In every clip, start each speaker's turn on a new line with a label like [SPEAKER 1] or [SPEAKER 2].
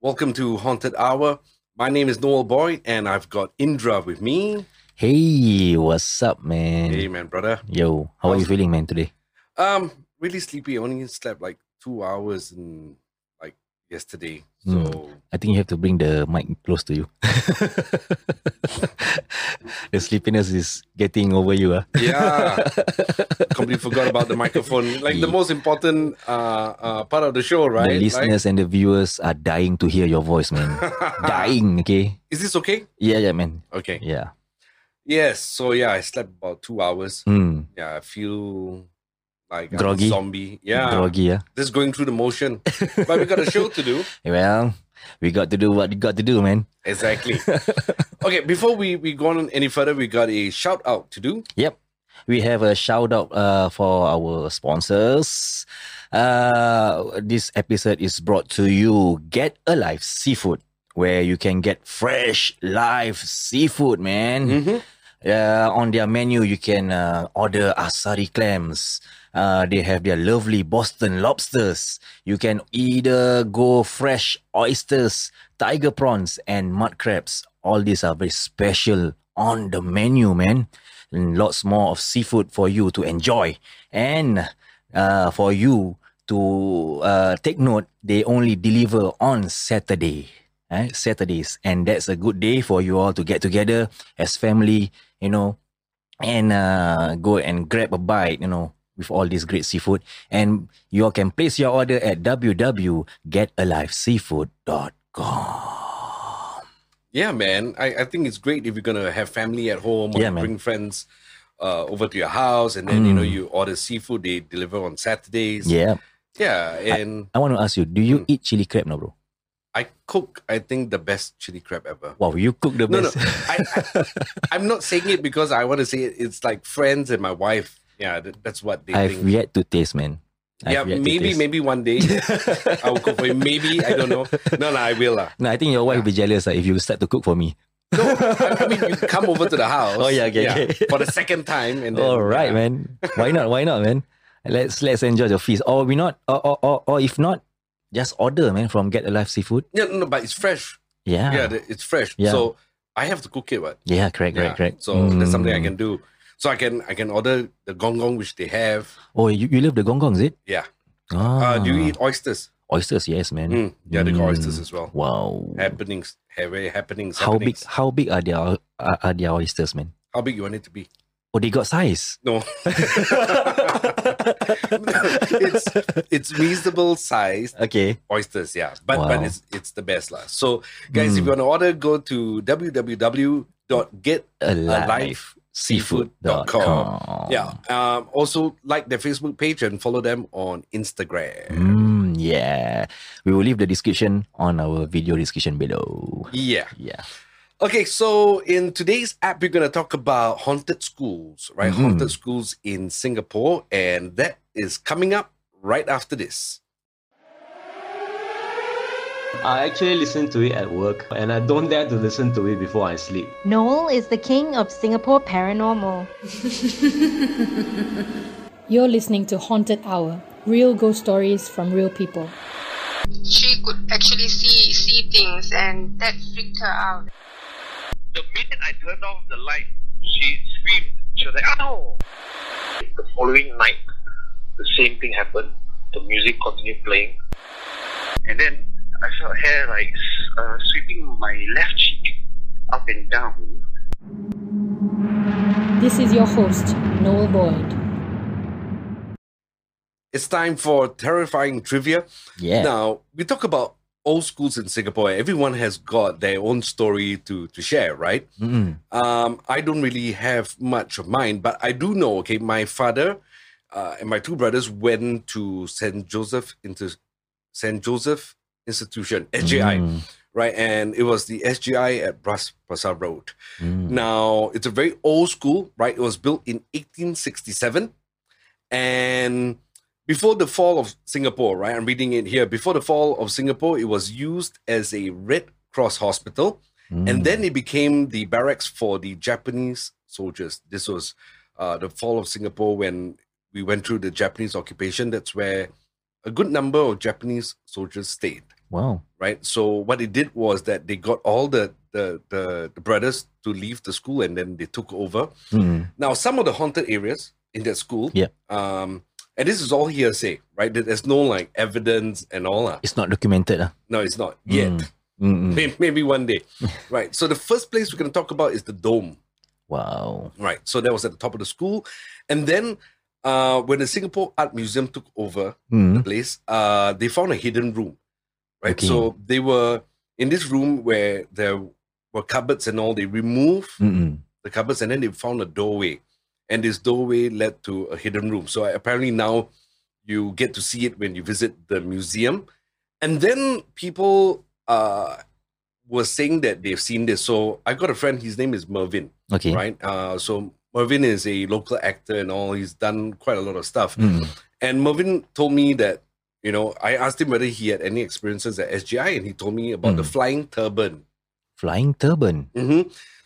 [SPEAKER 1] Welcome to Haunted Hour. My name is Noel Boyd, and I've got Indra with me.
[SPEAKER 2] Hey, what's up, man?
[SPEAKER 1] Hey, man, brother.
[SPEAKER 2] Yo, how are you
[SPEAKER 1] How's-
[SPEAKER 2] feeling, man, today?
[SPEAKER 1] Um, really sleepy. I only slept like two hours and like yesterday. So
[SPEAKER 2] Hmm. I think you have to bring the mic close to you. the sleepiness is getting over you, ah.
[SPEAKER 1] yeah, completely forgot about the microphone. Like the
[SPEAKER 2] Ye-
[SPEAKER 1] most important uh, uh part of the show, right?
[SPEAKER 2] The
[SPEAKER 1] Like-
[SPEAKER 2] listeners and the viewers are dying to hear your voice, man.
[SPEAKER 1] Ah.
[SPEAKER 2] dying, okay?
[SPEAKER 1] Is this okay?
[SPEAKER 2] Yeah, yeah, man.
[SPEAKER 1] Okay.
[SPEAKER 2] Yeah.
[SPEAKER 1] Yes. So yeah, I slept about two hours.
[SPEAKER 2] Mm.
[SPEAKER 1] Yeah, I feel like I'm a
[SPEAKER 2] Groggy?
[SPEAKER 1] zombie. Yeah,
[SPEAKER 2] Groggy, ah. yeah.
[SPEAKER 1] just going through the motion. but we got a show to do.
[SPEAKER 2] Well, we got to do what we got to do, man.
[SPEAKER 1] Exactly. okay, before we, we go on any further, we got a shout out to do.
[SPEAKER 2] Yep. We have a shout out uh, for our sponsors. Uh, this episode is brought to you Get Alive Seafood, where you can get fresh, live seafood, man.
[SPEAKER 1] Mm-hmm.
[SPEAKER 2] Uh, on their menu, you can uh, order asari clams. Uh, they have their lovely Boston lobsters. You can either go fresh oysters, tiger prawns, and mud crabs. All these are very special on the menu, man. And lots more of seafood for you to enjoy. And uh, for you to uh, take note, they only deliver on Saturday. eh, Saturdays. And that's a good day for you all to get together as family, you know, and uh, go and grab a bite, you know, with all this great seafood. And you all can place your order at www.getaliveseafood.com.
[SPEAKER 1] Yeah, man. I, I think it's great if you're going to have family at home or
[SPEAKER 2] Yeah, man.
[SPEAKER 1] bring friends uh, over to your house and then, you know,
[SPEAKER 2] Mm.
[SPEAKER 1] you order seafood, they deliver on Saturdays.
[SPEAKER 2] Yeah.
[SPEAKER 1] Yeah, and
[SPEAKER 2] I want to ask you, do
[SPEAKER 1] Hmm.
[SPEAKER 2] you eat chili crab now, bro?
[SPEAKER 1] I, cook, I think, the best chili crab ever.
[SPEAKER 2] Wow, you cook the
[SPEAKER 1] No, no.
[SPEAKER 2] best.
[SPEAKER 1] I, I, I'm not saying it because I want to say it. It's like friends and my wife. Yeah, that, that's what they
[SPEAKER 2] I've
[SPEAKER 1] think.
[SPEAKER 2] yet to taste, man. I've
[SPEAKER 1] yeah,
[SPEAKER 2] yet to
[SPEAKER 1] maybe,
[SPEAKER 2] taste.
[SPEAKER 1] maybe one day I will cook for you. Maybe, I don't know. No, no, I will. lah.
[SPEAKER 2] No, I think your wife will be jealous ah, if you start to cook for me.
[SPEAKER 1] I I mean, you come over to the house.
[SPEAKER 2] Oh, yeah, okay, okay.
[SPEAKER 1] For the second time, and then,
[SPEAKER 2] All right,
[SPEAKER 1] yeah.
[SPEAKER 2] man. Why not? Why not, man? Let's let's enjoy the feast. Or we not. Or or, or, or if not, just order, man, from Get Alive Seafood.
[SPEAKER 1] Yeah, no, no, but it's fresh.
[SPEAKER 2] Yeah.
[SPEAKER 1] Yeah, the- it's fresh.
[SPEAKER 2] Ah. Yeah.
[SPEAKER 1] So I have to cook it, right?
[SPEAKER 2] Yeah, correct,
[SPEAKER 1] Yeah.
[SPEAKER 2] correct, correct.
[SPEAKER 1] So that's something
[SPEAKER 2] Mm.
[SPEAKER 1] I can do. So I can I can order the gong gong which they have.
[SPEAKER 2] Oh, you, you love the gong gong, is it?
[SPEAKER 1] Yeah.
[SPEAKER 2] Ah,
[SPEAKER 1] Uh, do you eat oysters?
[SPEAKER 2] oysters? Yes, man.
[SPEAKER 1] Mm. Yeah, they got
[SPEAKER 2] Mm.
[SPEAKER 1] oysters as well.
[SPEAKER 2] Wow.
[SPEAKER 1] Happenings, ha- very happenings.
[SPEAKER 2] How big?
[SPEAKER 1] happenings.
[SPEAKER 2] How big are their are, are their oysters, man?
[SPEAKER 1] How big you want it to be?
[SPEAKER 2] Oh, they got size.
[SPEAKER 1] No, it's it's reasonable size
[SPEAKER 2] okay.
[SPEAKER 1] oysters yeah but but
[SPEAKER 2] Wow.
[SPEAKER 1] it's it's the best lah. so guys if
[SPEAKER 2] Mm.
[SPEAKER 1] you want to order go to www.get
[SPEAKER 2] Alive. Seafood.com.
[SPEAKER 1] yeah um also like their facebook page and follow them on instagram
[SPEAKER 2] Mm, yeah. We will leave the description on our video description below.
[SPEAKER 1] yeah
[SPEAKER 2] Yeah.
[SPEAKER 1] okay so in today's app we're going to talk about haunted schools right
[SPEAKER 2] Mhm.
[SPEAKER 1] haunted schools in singapore and that is coming up right after this
[SPEAKER 3] I actually listen to it at work, and I don't dare to listen to it before I sleep.
[SPEAKER 4] Noel is the king of Singapore paranormal.
[SPEAKER 5] You're listening to Haunted Hour, real ghost stories from real people.
[SPEAKER 6] she could actually see see things and that freaked her out.
[SPEAKER 7] the minute I turned off the light, she screamed. She was like, "Ow!" The following night, the same thing happened. The music continued playing, and then I felt hair like uh, sweeping my left cheek up and down.
[SPEAKER 5] This is your host, Noel Boyd.
[SPEAKER 1] it's time for terrifying trivia
[SPEAKER 2] Yeah.
[SPEAKER 1] Now we talk about old schools in Singapore. Everyone has got their own story to to share, right?
[SPEAKER 2] Mm.
[SPEAKER 1] Um, I don't really have much of mine, but I do know. Okay, my father uh, and my two brothers went to Saint Joseph into Saint Joseph Institution SGI,
[SPEAKER 2] Mm.
[SPEAKER 1] right? And it was the SGI at Bras Pasar Road.
[SPEAKER 2] Mm.
[SPEAKER 1] Now, it's a very old school, right? It was built in 1867. And before the fall of Singapore, right? I'm reading it here. Before the fall of Singapore, it was used as a Red Cross hospital.
[SPEAKER 2] Mm.
[SPEAKER 1] And then it became the barracks for the Japanese soldiers. This was uh, the fall of Singapore when we went through the Japanese occupation. That's where a good number of Japanese soldiers stayed.
[SPEAKER 2] Wow.
[SPEAKER 1] right? So what they did was that they got all the the, the, the brothers to leave the school and then they took over.
[SPEAKER 2] Hmm.
[SPEAKER 1] Now some of the haunted areas in that school,
[SPEAKER 2] Yeah.
[SPEAKER 1] Um, and this is all hearsay, right? There- There's no like evidence and all that.
[SPEAKER 2] It's not documented. ah.
[SPEAKER 1] No, it's not yet.
[SPEAKER 2] Mm. Mm.
[SPEAKER 1] May- Maybe one day, right? So the first place we're going to talk about is the dome,
[SPEAKER 2] Wow.
[SPEAKER 1] right? So that was at the top of the school, and then uh, when the Singapore Art Museum took over,
[SPEAKER 2] Hmm.
[SPEAKER 1] place, uh, they found a hidden room, right?
[SPEAKER 2] Okay.
[SPEAKER 1] So they were in this room where there were cupboards and all. They removed
[SPEAKER 2] Mm-mm.
[SPEAKER 1] the cupboards and then they found a doorway, and this doorway led to a hidden room. So apparently now you get to see it when you visit the museum, and then people uh, were saying that they've seen this. So I got a friend. His name is Mervin,
[SPEAKER 2] Okay.
[SPEAKER 1] right? Uh, so Mervin is a local actor and all. He's done quite a lot of stuff.
[SPEAKER 2] Mm.
[SPEAKER 1] And Mervin told me that, you know, I asked him whether he had any experiences at SGI, and he told me about the
[SPEAKER 2] Mm.
[SPEAKER 1] flying turban.
[SPEAKER 2] Flying turban.
[SPEAKER 1] hmm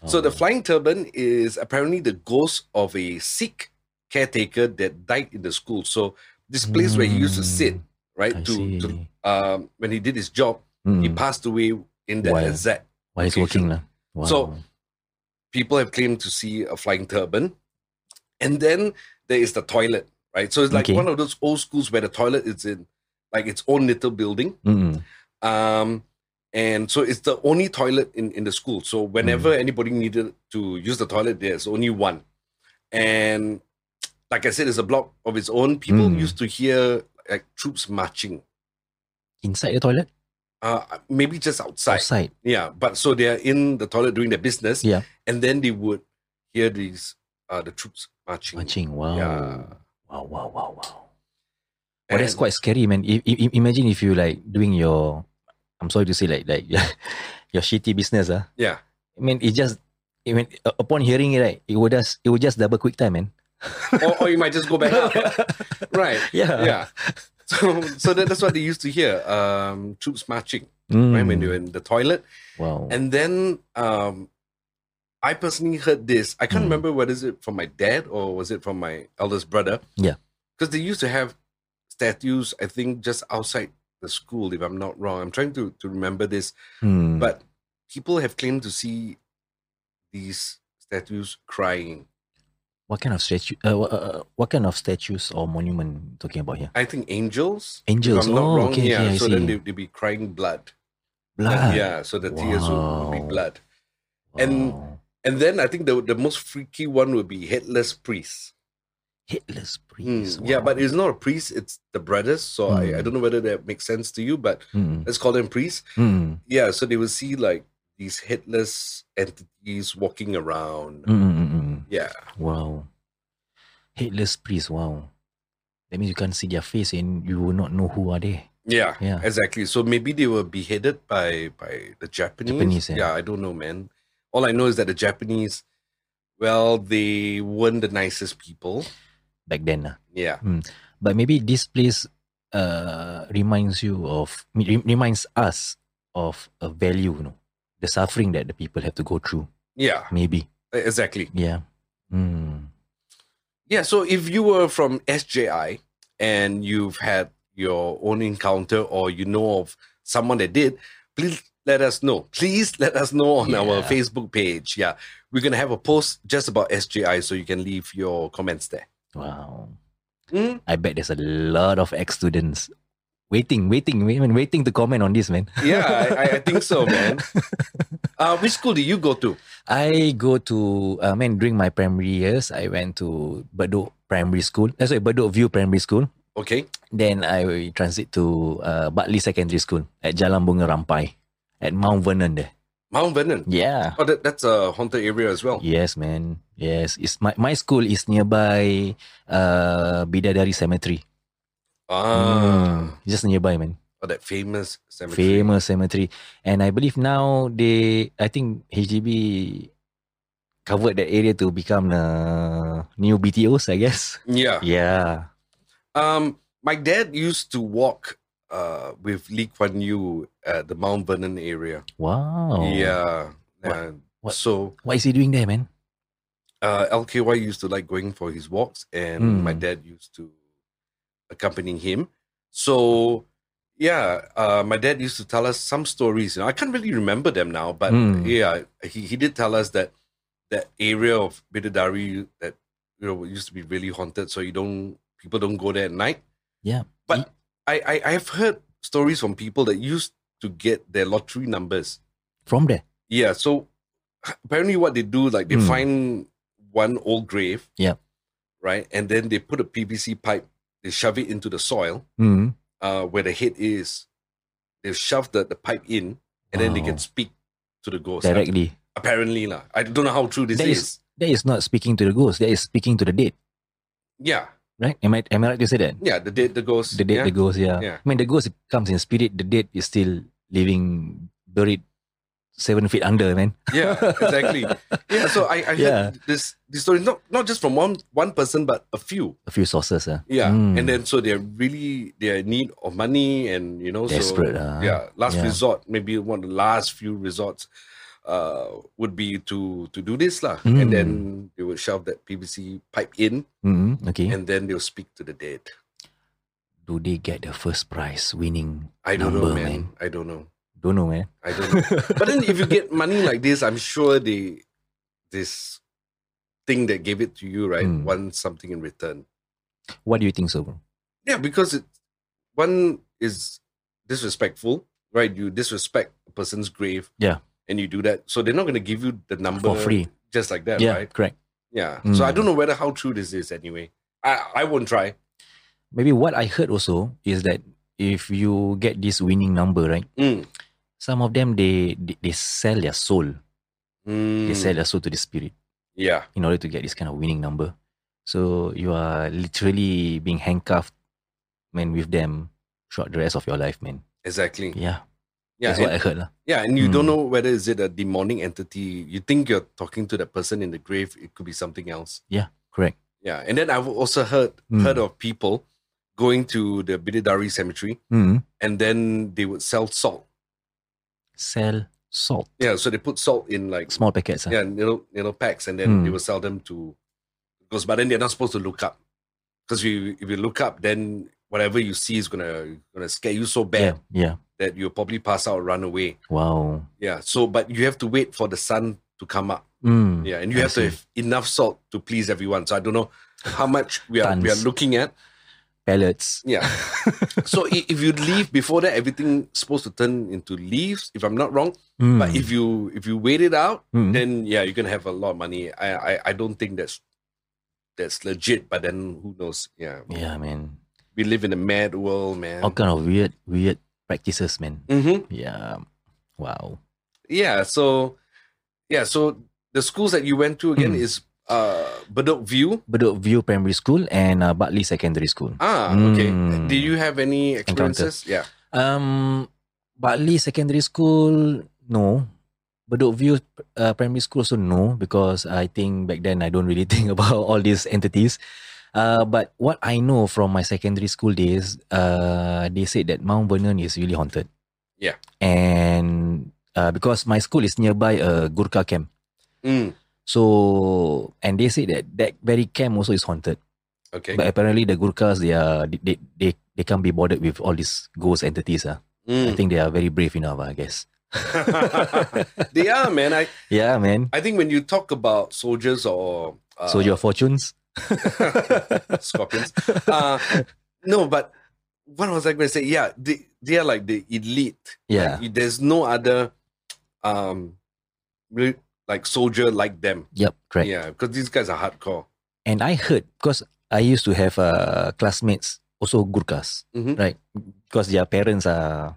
[SPEAKER 1] So the
[SPEAKER 2] Oh.
[SPEAKER 1] flying turban is apparently the ghost of a Sikh caretaker that died in the school. So this place where he used to sit,
[SPEAKER 2] Mm.
[SPEAKER 1] right,
[SPEAKER 2] I
[SPEAKER 1] to, to
[SPEAKER 2] see.
[SPEAKER 1] um, when he did his job, he
[SPEAKER 2] Mm.
[SPEAKER 1] passed away in that
[SPEAKER 2] Wow.
[SPEAKER 1] exact.
[SPEAKER 2] Why it's
[SPEAKER 1] location.
[SPEAKER 2] working lah. Wow.
[SPEAKER 1] So- People have claimed to see a flying turban, and then there is the toilet, right? So it's like
[SPEAKER 2] Okay.
[SPEAKER 1] one of those old schools where the toilet is in like its own little building.
[SPEAKER 2] Mm-mm.
[SPEAKER 1] um and so it's the only toilet in in the school so whenever
[SPEAKER 2] Mm.
[SPEAKER 1] anybody needed to use the toilet there's only one and like i said it's a block of its own people
[SPEAKER 2] Mm.
[SPEAKER 1] used to hear like troops marching
[SPEAKER 2] inside the toilet,
[SPEAKER 1] uh maybe just outside,
[SPEAKER 2] outside.
[SPEAKER 1] yeah but so they're in the toilet doing their business
[SPEAKER 2] Yeah.
[SPEAKER 1] and then they would hear these uh the troops marching,
[SPEAKER 2] Watching. Wow.
[SPEAKER 1] Yeah.
[SPEAKER 2] Wow. Wow. Wow. Wow. Well, that's
[SPEAKER 1] And-
[SPEAKER 2] quite scary, man. I, I, I- imagine if you like doing your, I'm sorry to say, like like your shitty business, ah.
[SPEAKER 1] yeah
[SPEAKER 2] I mean, it just, I mean, u- upon hearing it, right, it would just, it would just double quick time, man.
[SPEAKER 1] or, or you might just go back up right
[SPEAKER 2] yeah.
[SPEAKER 1] yeah so so that, that's what they used to hear um troops marching right when
[SPEAKER 2] Mm.
[SPEAKER 1] you're in the toilet
[SPEAKER 2] Wow.
[SPEAKER 1] and then um i personally heard this i can't
[SPEAKER 2] Mm.
[SPEAKER 1] remember what is it from my dad or was it from my eldest brother
[SPEAKER 2] Yeah.
[SPEAKER 1] because they used to have statues i think just outside the school if i'm not wrong i'm trying to to remember this
[SPEAKER 2] Hmm.
[SPEAKER 1] but people have claimed to see these statues crying
[SPEAKER 2] what kind of statue? Uh, wha- uh, uh, what kind of statues or monument talking about here?
[SPEAKER 1] i think angels if
[SPEAKER 2] Angels.
[SPEAKER 1] i'm not
[SPEAKER 2] oh,
[SPEAKER 1] wrong
[SPEAKER 2] okay,
[SPEAKER 1] yeah
[SPEAKER 2] okay, I
[SPEAKER 1] so
[SPEAKER 2] see.
[SPEAKER 1] then they, they'd be crying blood
[SPEAKER 2] Blood.
[SPEAKER 1] yeah so the tears would, would be
[SPEAKER 2] Wow.
[SPEAKER 1] blood and-
[SPEAKER 2] Wow.
[SPEAKER 1] And then I think the the most freaky one would be headless priest.
[SPEAKER 2] Hitler's
[SPEAKER 1] Hmm,
[SPEAKER 2] priest.
[SPEAKER 1] Yeah, but it's not a priest; it's the brothers. So I, I
[SPEAKER 2] Hmm.
[SPEAKER 1] don't know whether that makes sense to you, but
[SPEAKER 2] Mm.
[SPEAKER 1] let's call them priests.
[SPEAKER 2] Mm.
[SPEAKER 1] Yeah, so they will see like these headless entities walking around.
[SPEAKER 2] Mm, mm, mm, mm.
[SPEAKER 1] Yeah,
[SPEAKER 2] Wow. Headless priest. Wow. That means you can't see their face and you will not know who are they.
[SPEAKER 1] yeah,
[SPEAKER 2] Yeah.
[SPEAKER 1] exactly. So maybe they were beheaded by by the Japanese.
[SPEAKER 2] Japanese, yeah.
[SPEAKER 1] yeah, I don't know, man. All I know is that the Japanese, well, they weren't the nicest people.
[SPEAKER 2] back then. lah.
[SPEAKER 1] Yeah.
[SPEAKER 2] But maybe this place uh, reminds you of, re- reminds us of a value, you know, the suffering that the people have to go through.
[SPEAKER 1] Yeah,
[SPEAKER 2] Maybe.
[SPEAKER 1] exactly.
[SPEAKER 2] Yeah. Mm.
[SPEAKER 1] Yeah, so if you were from SJI and you've had your own encounter or you know of someone that did, please let us know. Please let us know on our
[SPEAKER 2] Yeah.
[SPEAKER 1] Facebook page. Yeah, we're going to have a post just about SJI so you can leave your comments there.
[SPEAKER 2] Wow.
[SPEAKER 1] Mm,
[SPEAKER 2] I bet there's a lot of ex students waiting, waiting, waiting, waiting to comment on this, man.
[SPEAKER 1] Yeah, I, I- I think so, man. Uh, which school did you go to?
[SPEAKER 2] I go to, I mean, during my primary years, I went to Bedok Primary School. That's sorry, Bedok View Primary School.
[SPEAKER 1] Okay.
[SPEAKER 2] Then I will transit to uh, Bartley Secondary School at Jalan Bunga Rampai at Mount Vernon there.
[SPEAKER 1] Mount Vernon.
[SPEAKER 2] Yeah.
[SPEAKER 1] Oh, that, that's a haunted area as well.
[SPEAKER 2] Yes, man. Yes. It's my, my school is nearby uh, Bidadari Cemetery.
[SPEAKER 1] Ah,
[SPEAKER 2] Mm, Just nearby, man.
[SPEAKER 1] oh, that famous cemetery.
[SPEAKER 2] famous cemetery. And I believe now they, I think HDB covered that area to become uh, new BTOs, I guess.
[SPEAKER 1] Yeah.
[SPEAKER 2] Yeah.
[SPEAKER 1] Um, my dad used to walk uh with Lee Kuan Yew at the Mount Vernon area.
[SPEAKER 2] Wow.
[SPEAKER 1] Yeah.
[SPEAKER 2] Oh. What-
[SPEAKER 1] Uh,
[SPEAKER 2] what-
[SPEAKER 1] So
[SPEAKER 2] What is he doing there, man?
[SPEAKER 1] uh, LKY used to like going for his walks, and my
[SPEAKER 2] Hmm.
[SPEAKER 1] dad used to accompany him. So yeah, uh, my dad used to tell us some stories. You know, I can't really remember them now, but
[SPEAKER 2] Hmm.
[SPEAKER 1] yeah, he, he did tell us that that area of Bidadari that you know used to be really haunted, so you don't people don't go there at night.
[SPEAKER 2] Yeah.
[SPEAKER 1] But I, I I have heard stories from people that used to get their lottery numbers.
[SPEAKER 2] From there.
[SPEAKER 1] Yeah, so apparently what they do, like they
[SPEAKER 2] Hmm.
[SPEAKER 1] find one old grave.
[SPEAKER 2] Yeah.
[SPEAKER 1] Right, and then they put a PVC pipe, they shove it into the soil
[SPEAKER 2] Mm.
[SPEAKER 1] uh, where the head is, they shove the, the pipe in and then they
[SPEAKER 2] Wow.
[SPEAKER 1] can speak to the ghost.
[SPEAKER 2] Directly.
[SPEAKER 1] Apparently, lah. I don't know how true this
[SPEAKER 2] That
[SPEAKER 1] is.
[SPEAKER 2] is- That is not speaking to the ghost. That is speaking to the dead,
[SPEAKER 1] Yeah.
[SPEAKER 2] right? Am I am I right to say that?
[SPEAKER 1] Yeah. The dead, the ghost.
[SPEAKER 2] The dead,
[SPEAKER 1] yeah.
[SPEAKER 2] the ghost. Yeah.
[SPEAKER 1] Yeah.
[SPEAKER 2] I mean, the ghost comes in spirit. The dead is still living, buried, seven feet under, man.
[SPEAKER 1] Yeah, exactly. yeah. So I, I heard
[SPEAKER 2] Yeah.
[SPEAKER 1] this, this story, not, not just from one, one person, but a few.
[SPEAKER 2] A few sources, ah.
[SPEAKER 1] Yeah.
[SPEAKER 2] Mm.
[SPEAKER 1] And then so they're really, they're in need of money and, you know,
[SPEAKER 2] desperate,
[SPEAKER 1] so.
[SPEAKER 2] ah.
[SPEAKER 1] Yeah. Last
[SPEAKER 2] Yeah.
[SPEAKER 1] resort, maybe one of the last few resorts uh, would be to to do this, lah.
[SPEAKER 2] Mm.
[SPEAKER 1] And then they would shove that PVC pipe in.
[SPEAKER 2] Mm, okay.
[SPEAKER 1] and then they'll speak to the dead.
[SPEAKER 2] Do they get the first prize winning?
[SPEAKER 1] I don't know,
[SPEAKER 2] number,
[SPEAKER 1] man. I don't know.
[SPEAKER 2] Don't know, man.
[SPEAKER 1] I don't know. but then if you get money like this, I'm sure they this thing that gave it to you, right,
[SPEAKER 2] Mm.
[SPEAKER 1] wants something in return.
[SPEAKER 2] what do you think, so, bro?
[SPEAKER 1] Yeah, because it one is disrespectful, right? You disrespect a person's grave.
[SPEAKER 2] Yeah.
[SPEAKER 1] And you do that. So they're not gonna give you the number
[SPEAKER 2] For free.
[SPEAKER 1] Just like that,
[SPEAKER 2] yeah,
[SPEAKER 1] right?
[SPEAKER 2] correct.
[SPEAKER 1] Yeah. So I
[SPEAKER 2] Mm.
[SPEAKER 1] don't know whether how true this is anyway. I I won't try.
[SPEAKER 2] Maybe what I heard also is that if you get this winning number, right?
[SPEAKER 1] Mm.
[SPEAKER 2] Some of them they they, they sell their soul.
[SPEAKER 1] Mm.
[SPEAKER 2] They sell their soul to the spirit
[SPEAKER 1] Yeah.
[SPEAKER 2] in order to get this kind of winning number. So you are literally being handcuffed, man, with them throughout the rest of your life, man.
[SPEAKER 1] Exactly.
[SPEAKER 2] Yeah,
[SPEAKER 1] Yeah. and-
[SPEAKER 2] that's what I heard, lah.
[SPEAKER 1] Yeah, and you don't
[SPEAKER 2] Hmm.
[SPEAKER 1] know whether is it a demonic entity. You think you're talking to that person in the grave. It could be something else.
[SPEAKER 2] Correct.
[SPEAKER 1] Yeah, and then I've also heard
[SPEAKER 2] Hmm.
[SPEAKER 1] heard of people going to the Bididari cemetery
[SPEAKER 2] Mm.
[SPEAKER 1] and then they would sell salt.
[SPEAKER 2] Sell salt,
[SPEAKER 1] Yeah, so they put salt in like
[SPEAKER 2] small packets. ah.
[SPEAKER 1] yeah little little packs, and then they
[SPEAKER 2] Hmm.
[SPEAKER 1] will sell them to because but then they're not supposed to look up because you if you look up then whatever you see is gonna gonna scare you so
[SPEAKER 2] yeah,
[SPEAKER 1] bad
[SPEAKER 2] yeah.
[SPEAKER 1] that you'll probably pass out or run away.
[SPEAKER 2] Wow.
[SPEAKER 1] Yeah, so but you have to wait for the sun to come up.
[SPEAKER 2] Mm.
[SPEAKER 1] Yeah, and you
[SPEAKER 2] I
[SPEAKER 1] have to
[SPEAKER 2] see.
[SPEAKER 1] have enough salt to please everyone. So I don't know how much we are we are
[SPEAKER 2] Tons.
[SPEAKER 1] looking at.
[SPEAKER 2] Pellets.
[SPEAKER 1] Yeah. so i- if you leave before that, everything's supposed to turn into leaves, if I'm not wrong.
[SPEAKER 2] Mm.
[SPEAKER 1] But if you if you wait it out,
[SPEAKER 2] Mm.
[SPEAKER 1] then yeah, you can have a lot of money. I, I I don't think that's that's legit. But then who knows? Yeah,
[SPEAKER 2] yeah, man.
[SPEAKER 1] we live in a mad world, man.
[SPEAKER 2] all kind of weird weird practices man
[SPEAKER 1] Mm-hmm.
[SPEAKER 2] yeah wow
[SPEAKER 1] Yeah. So yeah. So the schools that you went to again
[SPEAKER 2] Mm.
[SPEAKER 1] is uh Bedok View.
[SPEAKER 2] bedok view primary school and uh, bartley secondary school
[SPEAKER 1] Ah, okay.
[SPEAKER 2] Mm.
[SPEAKER 1] Do you have any
[SPEAKER 2] Encounter.
[SPEAKER 1] experiences? Yeah.
[SPEAKER 2] um bartley secondary school no bedok view uh, primary school also no because i think back then i don't really think about all these entities uh, but what I know from my secondary school days, uh, they said that Mount Vernon is really haunted.
[SPEAKER 1] Yeah.
[SPEAKER 2] And uh, because my school is nearby a Gurkha camp,
[SPEAKER 1] Mm,
[SPEAKER 2] So and they say that that very camp also is haunted.
[SPEAKER 1] okay.
[SPEAKER 2] But apparently the Gurkhas they are they they they, they can't be bothered with all these ghost entities. Ah, I
[SPEAKER 1] Mm.
[SPEAKER 2] think they are very brave enough. ah, I guess.
[SPEAKER 1] they are, man. I,
[SPEAKER 2] yeah, man.
[SPEAKER 1] I think when you talk about soldiers or uh,
[SPEAKER 2] so your fortunes.
[SPEAKER 1] scorpions. Uh, no, but what was I going to say? Yeah, they, they are like the elite.
[SPEAKER 2] Yeah.
[SPEAKER 1] Like, there's no other um, re- like soldier like them.
[SPEAKER 2] Yep. Correct.
[SPEAKER 1] Yeah, because these guys are hardcore.
[SPEAKER 2] And I heard because I used to have uh, classmates also Gurkhas,
[SPEAKER 1] Mhm.
[SPEAKER 2] right? Because their parents are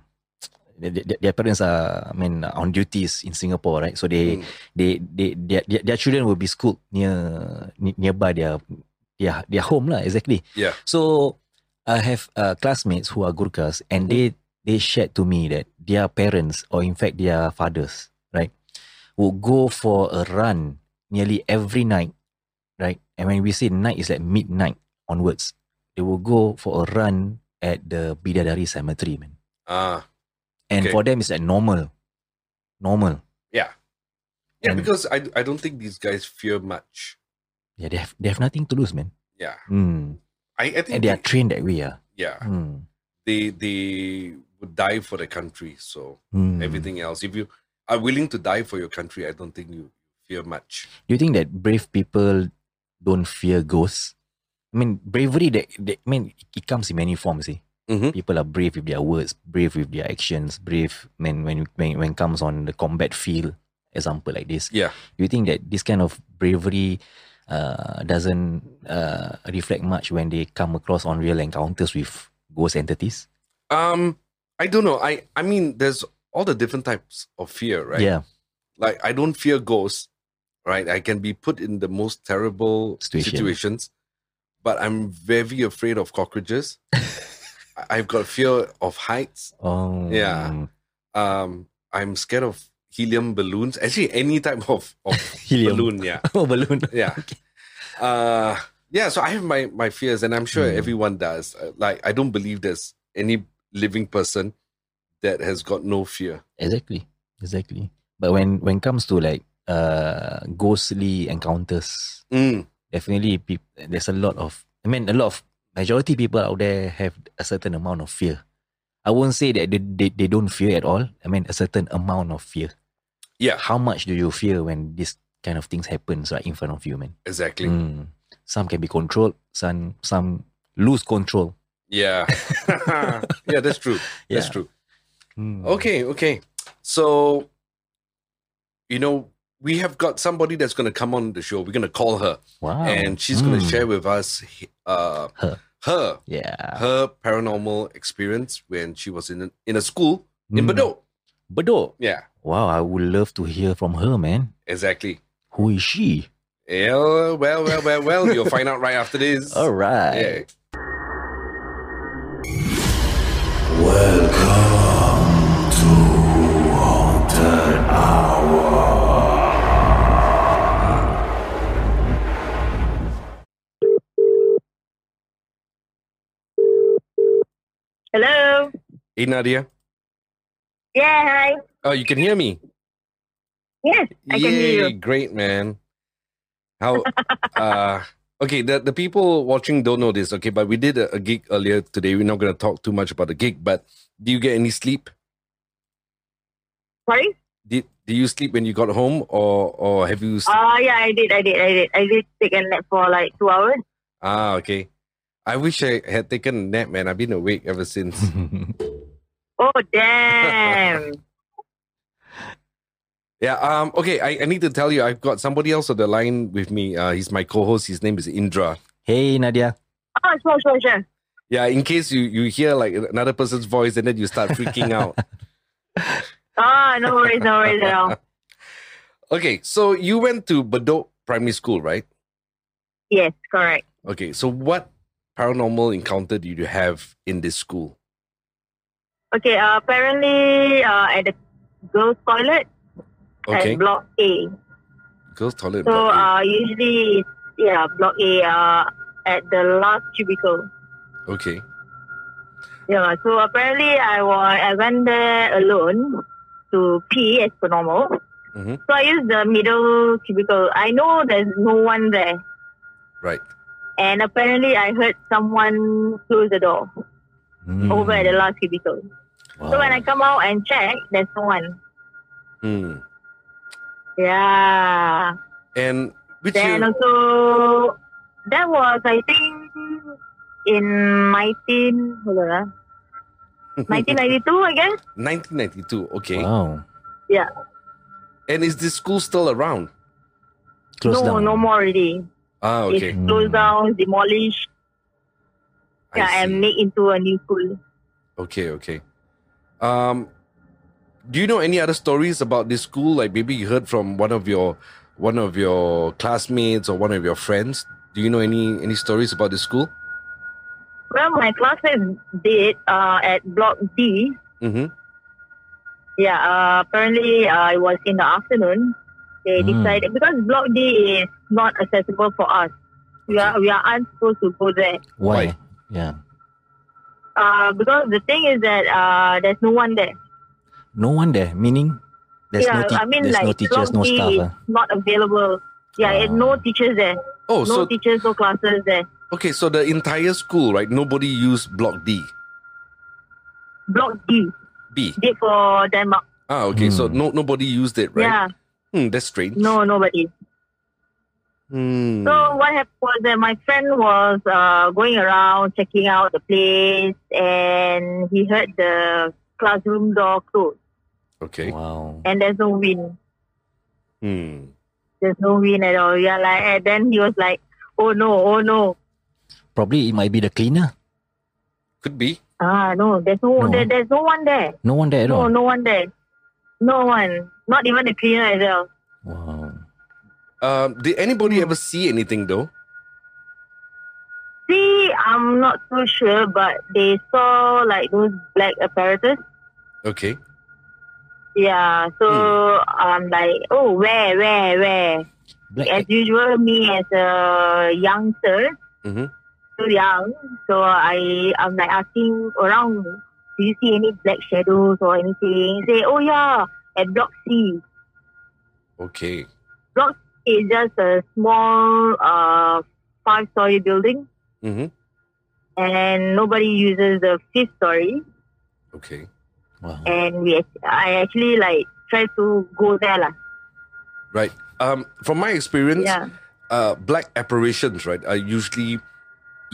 [SPEAKER 2] their, their- their parents are I mean on duties in Singapore, right? So they
[SPEAKER 1] Mm.
[SPEAKER 2] they they their, their, their children will be schooled near ne- nearby their their their home lah exactly
[SPEAKER 1] Yeah.
[SPEAKER 2] so i have uh, classmates who are gurkhas and they they shared to me that their parents or in fact their fathers right would go for a run nearly every night right and when we say night is like midnight onwards they will go for a run at the bidadari cemetery man
[SPEAKER 1] Uh,
[SPEAKER 2] and
[SPEAKER 1] Okay.
[SPEAKER 2] for them it's like normal normal
[SPEAKER 1] yeah,
[SPEAKER 2] And-
[SPEAKER 1] because I, I don't think these guys fear much.
[SPEAKER 2] yeah they have, they have nothing to lose man
[SPEAKER 1] Yeah.
[SPEAKER 2] Hmm.
[SPEAKER 1] I, I
[SPEAKER 2] And
[SPEAKER 1] think,
[SPEAKER 2] they are
[SPEAKER 1] they,
[SPEAKER 2] trained that way, yeah.
[SPEAKER 1] yeah,
[SPEAKER 2] Hmm.
[SPEAKER 1] they, they would die for the country. So
[SPEAKER 2] Hmm.
[SPEAKER 1] everything else, if you are willing to die for your country, I don't think you fear much.
[SPEAKER 2] Do you think that brave people don't fear ghosts? I mean, bravery. That, that I mean, it comes in many forms. Eh?
[SPEAKER 1] Mhm.
[SPEAKER 2] People are brave with their words, brave with their actions, brave when when when when comes on the combat field. Example like this.
[SPEAKER 1] Yeah.
[SPEAKER 2] Do you think that this kind of bravery uh, doesn't uh, reflect much when they come across on real encounters with ghost entities?
[SPEAKER 1] Um, I don't know. I I mean, there's all the different types of fear, right?
[SPEAKER 2] Yeah.
[SPEAKER 1] like I don't fear ghosts, right? I can be put in the most terrible
[SPEAKER 2] Situation.
[SPEAKER 1] situations, but I'm very afraid of cockroaches. I- I've got fear of heights.
[SPEAKER 2] Oh.
[SPEAKER 1] Yeah. Um, I'm scared of helium balloons. Actually, any type of, of
[SPEAKER 2] Helium.
[SPEAKER 1] balloon. Yeah,
[SPEAKER 2] oh, balloon.
[SPEAKER 1] yeah. Uh, yeah. So I have my my fears, and I'm sure
[SPEAKER 2] Hmm.
[SPEAKER 1] everyone does. Uh, Like I don't believe there's any living person that has got no fear.
[SPEAKER 2] Exactly. Exactly. But when when comes to like uh ghostly encounters,
[SPEAKER 1] Mm,
[SPEAKER 2] definitely peop- there's a lot of I mean a lot of majority people out there have a certain amount of fear. I won't say that they, they, they don't fear at all. I mean a certain amount of fear.
[SPEAKER 1] Yeah.
[SPEAKER 2] How much do you fear when this kind of things happens right in front of you, man?
[SPEAKER 1] exactly.
[SPEAKER 2] Mm. Some can be controlled, some some lose control.
[SPEAKER 1] Yeah. yeah, that's true. That's
[SPEAKER 2] Yeah.
[SPEAKER 1] true.
[SPEAKER 2] Mm.
[SPEAKER 1] Okay, okay. So, you know, we have got somebody that's going to come on the show. We're going to call her
[SPEAKER 2] Wow.
[SPEAKER 1] and she's going to
[SPEAKER 2] Mm.
[SPEAKER 1] share with us uh,
[SPEAKER 2] Her. Ah.
[SPEAKER 1] her
[SPEAKER 2] Yeah.
[SPEAKER 1] her paranormal experience when she was in a, in a school in
[SPEAKER 2] Mm.
[SPEAKER 1] Bedok.
[SPEAKER 2] Bedok.
[SPEAKER 1] Yeah,
[SPEAKER 2] Wow, I would love to hear from her, man.
[SPEAKER 1] exactly.
[SPEAKER 2] Who is she?
[SPEAKER 1] Yeah, well, well, well, well. You'll find out right after this.
[SPEAKER 2] All
[SPEAKER 1] Yeah.
[SPEAKER 2] right.
[SPEAKER 8] Hello.
[SPEAKER 1] Hey, Nadia.
[SPEAKER 8] Yeah, hi.
[SPEAKER 1] Oh, you can hear me.
[SPEAKER 8] Yes, I can hear
[SPEAKER 1] Yay,
[SPEAKER 8] you.
[SPEAKER 1] great man. How uh okay, the, the people watching don't know this, okay, but we did a, a gig earlier today. We're not gonna talk too much about the gig, but do you get any sleep?
[SPEAKER 8] Sorry?
[SPEAKER 1] Did do you sleep when you got home or or have you s-
[SPEAKER 8] Oh, yeah, I did, I did, I did. I did take a nap for like two hours.
[SPEAKER 1] Ah okay. I wish I had taken a nap, man. I've been awake ever since.
[SPEAKER 8] Oh, damn.
[SPEAKER 1] yeah, um okay, I, I need to tell you I've got somebody else on the line with me. Uh he's my co-host, his name is Indra.
[SPEAKER 2] hey, Nadia.
[SPEAKER 8] oh, sure, sure, sure.
[SPEAKER 1] Yeah, in case you, you hear like another person's voice and then you start freaking out.
[SPEAKER 8] Oh, no worries, no worries at all.
[SPEAKER 1] Okay, so you went to Bedok Primary School, right?
[SPEAKER 8] Yes, correct.
[SPEAKER 1] Okay, so what paranormal encounter did you have in this school?
[SPEAKER 8] Okay, uh, apparently uh, at the girls' toilet
[SPEAKER 1] Okay,
[SPEAKER 8] at Block A.
[SPEAKER 1] girls' toilet.
[SPEAKER 8] So
[SPEAKER 1] block A.
[SPEAKER 8] uh, usually, it's, yeah, Block A uh, at the last cubicle. uh,
[SPEAKER 1] okay,
[SPEAKER 8] Yeah, so apparently I was I went there alone to pee as per normal.
[SPEAKER 1] Mhm.
[SPEAKER 8] So I used the middle cubicle. I know there's no one there,
[SPEAKER 1] right.
[SPEAKER 8] and apparently I heard someone close the door
[SPEAKER 1] Hmm.
[SPEAKER 8] over at the last cubicle. So when I come out and check, there's no one.
[SPEAKER 1] Hmm.
[SPEAKER 8] Yeah.
[SPEAKER 1] And which
[SPEAKER 8] Then
[SPEAKER 1] year?
[SPEAKER 8] also that was I think in 19 hold on, ah, 1992 I guess.
[SPEAKER 1] 1992. Okay,
[SPEAKER 2] Wow.
[SPEAKER 1] and is this school still around?
[SPEAKER 2] Close
[SPEAKER 8] no,
[SPEAKER 2] down.
[SPEAKER 8] no more already.
[SPEAKER 1] Ah, okay.
[SPEAKER 8] It's closed
[SPEAKER 2] Hmm.
[SPEAKER 8] down, demolished,
[SPEAKER 1] I
[SPEAKER 8] yeah,
[SPEAKER 1] see.
[SPEAKER 8] and made into a new school.
[SPEAKER 1] Okay, okay. Um, do you know any other stories about this school? Like maybe you heard from one of your one of your classmates or one of your friends. Do you know any any stories about this school?
[SPEAKER 8] Well, my classmates did uh, at Block D.
[SPEAKER 1] Mm-hmm.
[SPEAKER 8] Yeah, uh, apparently uh, it was in the afternoon. They
[SPEAKER 2] Hmm.
[SPEAKER 8] decided because Block D is not accessible for us. We are we are aren't supposed to go there.
[SPEAKER 2] Why? Yeah.
[SPEAKER 8] Uh, because the thing is that uh, there's no one there.
[SPEAKER 2] No one there. Meaning, there's
[SPEAKER 8] yeah,
[SPEAKER 2] no, te-
[SPEAKER 8] I mean
[SPEAKER 2] there's
[SPEAKER 8] like
[SPEAKER 2] no teachers, no
[SPEAKER 8] Block D
[SPEAKER 2] staff.
[SPEAKER 8] is
[SPEAKER 2] ah.
[SPEAKER 8] not available. Yeah, it, no
[SPEAKER 2] Ah.
[SPEAKER 8] teachers there.
[SPEAKER 1] Oh,
[SPEAKER 8] no
[SPEAKER 1] so
[SPEAKER 8] teachers, no classes there.
[SPEAKER 1] okay, so the entire school, right? Nobody used Block D.
[SPEAKER 8] Block D,
[SPEAKER 1] B.
[SPEAKER 8] date for Denmark.
[SPEAKER 1] Ah, okay. So
[SPEAKER 2] Hmm.
[SPEAKER 1] no nobody used it, right?
[SPEAKER 8] Yeah,
[SPEAKER 1] Hmm, that's strange.
[SPEAKER 8] no, nobody.
[SPEAKER 1] Hmm.
[SPEAKER 8] So what happened was that my friend was uh, going around checking out the place, and he heard the classroom door close,
[SPEAKER 1] Okay.
[SPEAKER 2] Wow.
[SPEAKER 8] and there's no wind.
[SPEAKER 1] Hmm.
[SPEAKER 8] There's no wind at all. Yeah, like and then he was like, "Oh no, oh no,
[SPEAKER 2] Probably it might be the cleaner.
[SPEAKER 1] Could be.
[SPEAKER 8] ah no, there's no,
[SPEAKER 2] No.
[SPEAKER 8] There, there's no one there.
[SPEAKER 2] No one there at
[SPEAKER 8] No,
[SPEAKER 2] all.
[SPEAKER 8] no one there. No one. Not even the cleaner as well.
[SPEAKER 2] Wow.
[SPEAKER 1] Um, did anybody
[SPEAKER 8] Hmm.
[SPEAKER 1] ever see anything though?
[SPEAKER 8] See, I'm not so sure, but they saw like those black apparatus.
[SPEAKER 1] Okay.
[SPEAKER 8] Yeah, so
[SPEAKER 2] Hmm.
[SPEAKER 8] I'm like, oh, where, where, where?
[SPEAKER 2] Black.
[SPEAKER 8] As usual, me as a youngster,
[SPEAKER 1] Mhm.
[SPEAKER 8] too young, so I I'm like asking around, do you see any black shadows or anything? Say, oh yeah, at Block C,
[SPEAKER 1] Okay.
[SPEAKER 8] it's just a small uh five-story building,
[SPEAKER 1] Mm-hmm.
[SPEAKER 8] and nobody uses the fifth story.
[SPEAKER 1] Okay.
[SPEAKER 2] Wow.
[SPEAKER 8] and we act- I actually like try to go there lah.
[SPEAKER 1] Right. Um, from my experience,
[SPEAKER 8] Yeah,
[SPEAKER 1] uh, black apparitions, right, are usually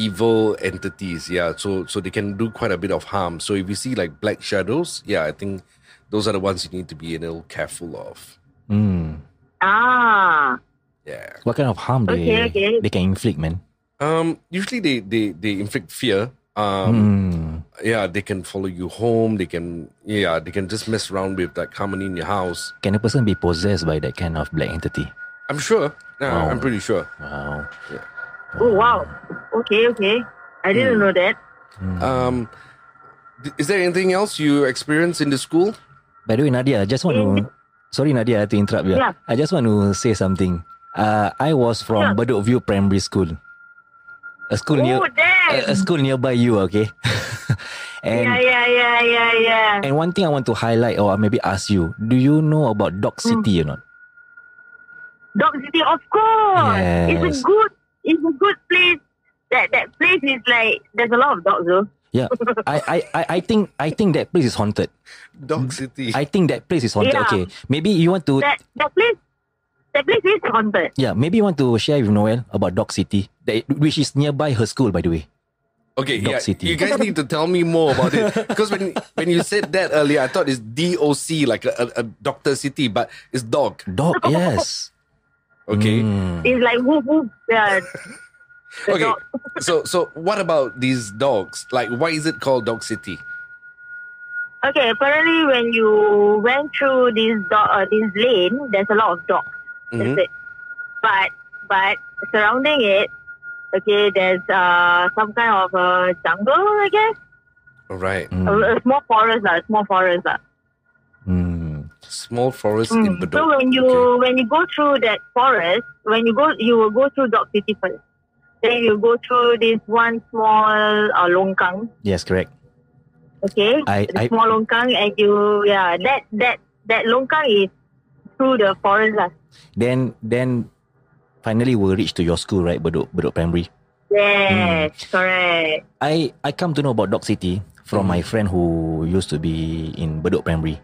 [SPEAKER 1] evil entities. Yeah. So so they can do quite a bit of harm. So if you see like black shadows, yeah, I think those are the ones you need to be a little careful of.
[SPEAKER 2] Hmm.
[SPEAKER 8] ah,
[SPEAKER 1] Yeah.
[SPEAKER 2] What kind of harm they
[SPEAKER 8] Okay, okay.
[SPEAKER 2] they can inflict, man?
[SPEAKER 1] Um, usually they they they inflict fear. Um,
[SPEAKER 2] Um,
[SPEAKER 1] yeah, they can follow you home. They can, yeah, they can just mess around with like harmony in your house.
[SPEAKER 2] Can a person be possessed by that kind of black entity?
[SPEAKER 1] I'm sure. Yeah,
[SPEAKER 2] Wow.
[SPEAKER 1] I'm pretty sure.
[SPEAKER 2] Wow.
[SPEAKER 1] Yeah.
[SPEAKER 8] oh wow, okay, okay, I didn't know that.
[SPEAKER 2] Hmm.
[SPEAKER 1] Um, th- is there anything else you experienced in the school?
[SPEAKER 2] By the way, Nadia, I just want to. Sorry, Nadia, to interrupt you.
[SPEAKER 8] Mm. Yeah.
[SPEAKER 2] I just want to say something. Uh, I was from
[SPEAKER 8] Sure.
[SPEAKER 2] Bedok View Primary School, a school near
[SPEAKER 8] Oh damn!
[SPEAKER 2] a, a school nearby you. Okay, and
[SPEAKER 8] yeah, yeah, yeah, yeah, yeah.
[SPEAKER 2] and one thing I want to highlight or maybe ask you: Do you know about
[SPEAKER 8] Mm.
[SPEAKER 2] Dog City or not?
[SPEAKER 8] Dog City, of course. It's
[SPEAKER 2] Yes.
[SPEAKER 8] a good, it's a good place. That that place is like there's a lot of dogs though.
[SPEAKER 2] Yeah, I, I, I, I think I think that place is haunted.
[SPEAKER 1] Dog City.
[SPEAKER 2] I think that place is haunted.
[SPEAKER 8] Yeah.
[SPEAKER 2] Okay, maybe you want to
[SPEAKER 8] That that place, that place is haunted.
[SPEAKER 2] yeah maybe you want to share with Noel about Dog City, that, which is nearby her school, by the way.
[SPEAKER 1] okay,
[SPEAKER 2] Dog
[SPEAKER 1] yeah,
[SPEAKER 2] City.
[SPEAKER 1] you guys need to tell me more about it because when when you said that earlier, I thought it's D O C like a, a, a doctor city, but it's dog.
[SPEAKER 2] Dog, yes.
[SPEAKER 1] Okay,
[SPEAKER 2] Hmm.
[SPEAKER 8] It's like whoop whoop. Yeah, the
[SPEAKER 1] okay.
[SPEAKER 8] dog.
[SPEAKER 1] So so what about these dogs? Like, why is it called Dog City?
[SPEAKER 8] Okay, apparently when you went through this dog, uh, this lane, there's a lot of dogs.
[SPEAKER 1] Mhm.
[SPEAKER 2] Mm-hmm.
[SPEAKER 8] That's it. But but surrounding it, okay, there's uh some kind of a jungle, I guess,
[SPEAKER 1] All right,
[SPEAKER 2] Hmm.
[SPEAKER 8] a, a small forest, lah, a small forest. lah. Uh,
[SPEAKER 2] Hmm.
[SPEAKER 1] small forest in
[SPEAKER 8] Mm.
[SPEAKER 1] Bedok.
[SPEAKER 8] So when you
[SPEAKER 1] Okay.
[SPEAKER 8] when you go through that forest, when you go, you will go through Dog City first. Then you go through this one small uh, longkang,
[SPEAKER 2] Yes, correct.
[SPEAKER 8] okay,
[SPEAKER 2] I-
[SPEAKER 8] the
[SPEAKER 2] I-
[SPEAKER 8] small longkang, and you yeah that that that longkang is through the forest lah.
[SPEAKER 2] Then then finally we'll reach to your school, right? Bedok Bedok Primary. Hmm.
[SPEAKER 8] Yes, correct.
[SPEAKER 2] I I come to know about Dog City from
[SPEAKER 1] Hmm.
[SPEAKER 2] my friend who used to be in Bedok Primary.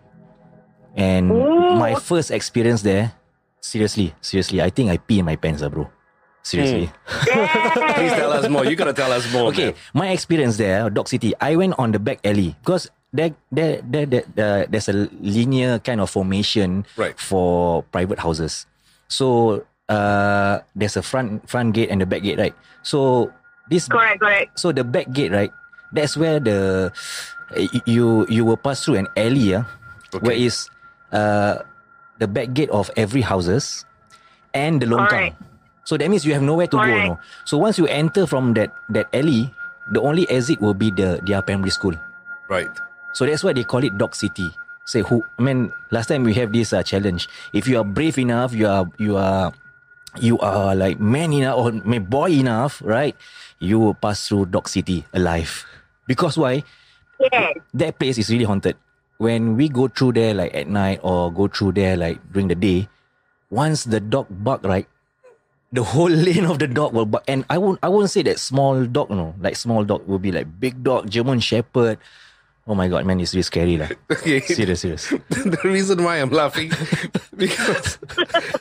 [SPEAKER 2] And
[SPEAKER 8] Ooh.
[SPEAKER 2] my first experience there, seriously, seriously, I think I pee in my pants, ah, bro. Seriously.
[SPEAKER 1] Please
[SPEAKER 8] Yes.
[SPEAKER 1] tell us more. You gotta tell us more.
[SPEAKER 2] Okay,
[SPEAKER 1] man.
[SPEAKER 2] my experience there, Dog City, I went on the back alley because there, there, there, there, there- there's a linear kind of formation
[SPEAKER 1] Right.
[SPEAKER 2] for private houses. So uh, there's a front front gate and the back gate, right? So this
[SPEAKER 8] correct, correct.
[SPEAKER 2] so the back gate, right? That's where the you you will pass through an alley, yeah,
[SPEAKER 1] Okay.
[SPEAKER 2] where is uh, the back gate of every houses and the longkang.
[SPEAKER 8] Correct.
[SPEAKER 2] So that means you have nowhere to go.
[SPEAKER 8] Correct.
[SPEAKER 2] No? So once you enter from that that alley, the only exit will be the their primary school.
[SPEAKER 1] Right.
[SPEAKER 2] So that's why they call it Dog City. Say who? I mean, last time we have this uh, challenge. If you are brave enough, you are you are you are like man enough or may- boy enough, right? You will pass through Dog City alive. Because why?
[SPEAKER 8] Yes.
[SPEAKER 2] That place is really haunted. When we go through there like at night or go through there like during the day, once the dog bark, right? The whole lane of the dog will bark, and I won't. I won't say that small dog, no, like small dog will be like big dog, German Shepherd, Oh my god, man, it's really scary lah.
[SPEAKER 1] Okay.
[SPEAKER 2] Serious, serious.
[SPEAKER 1] the reason why I'm laughing because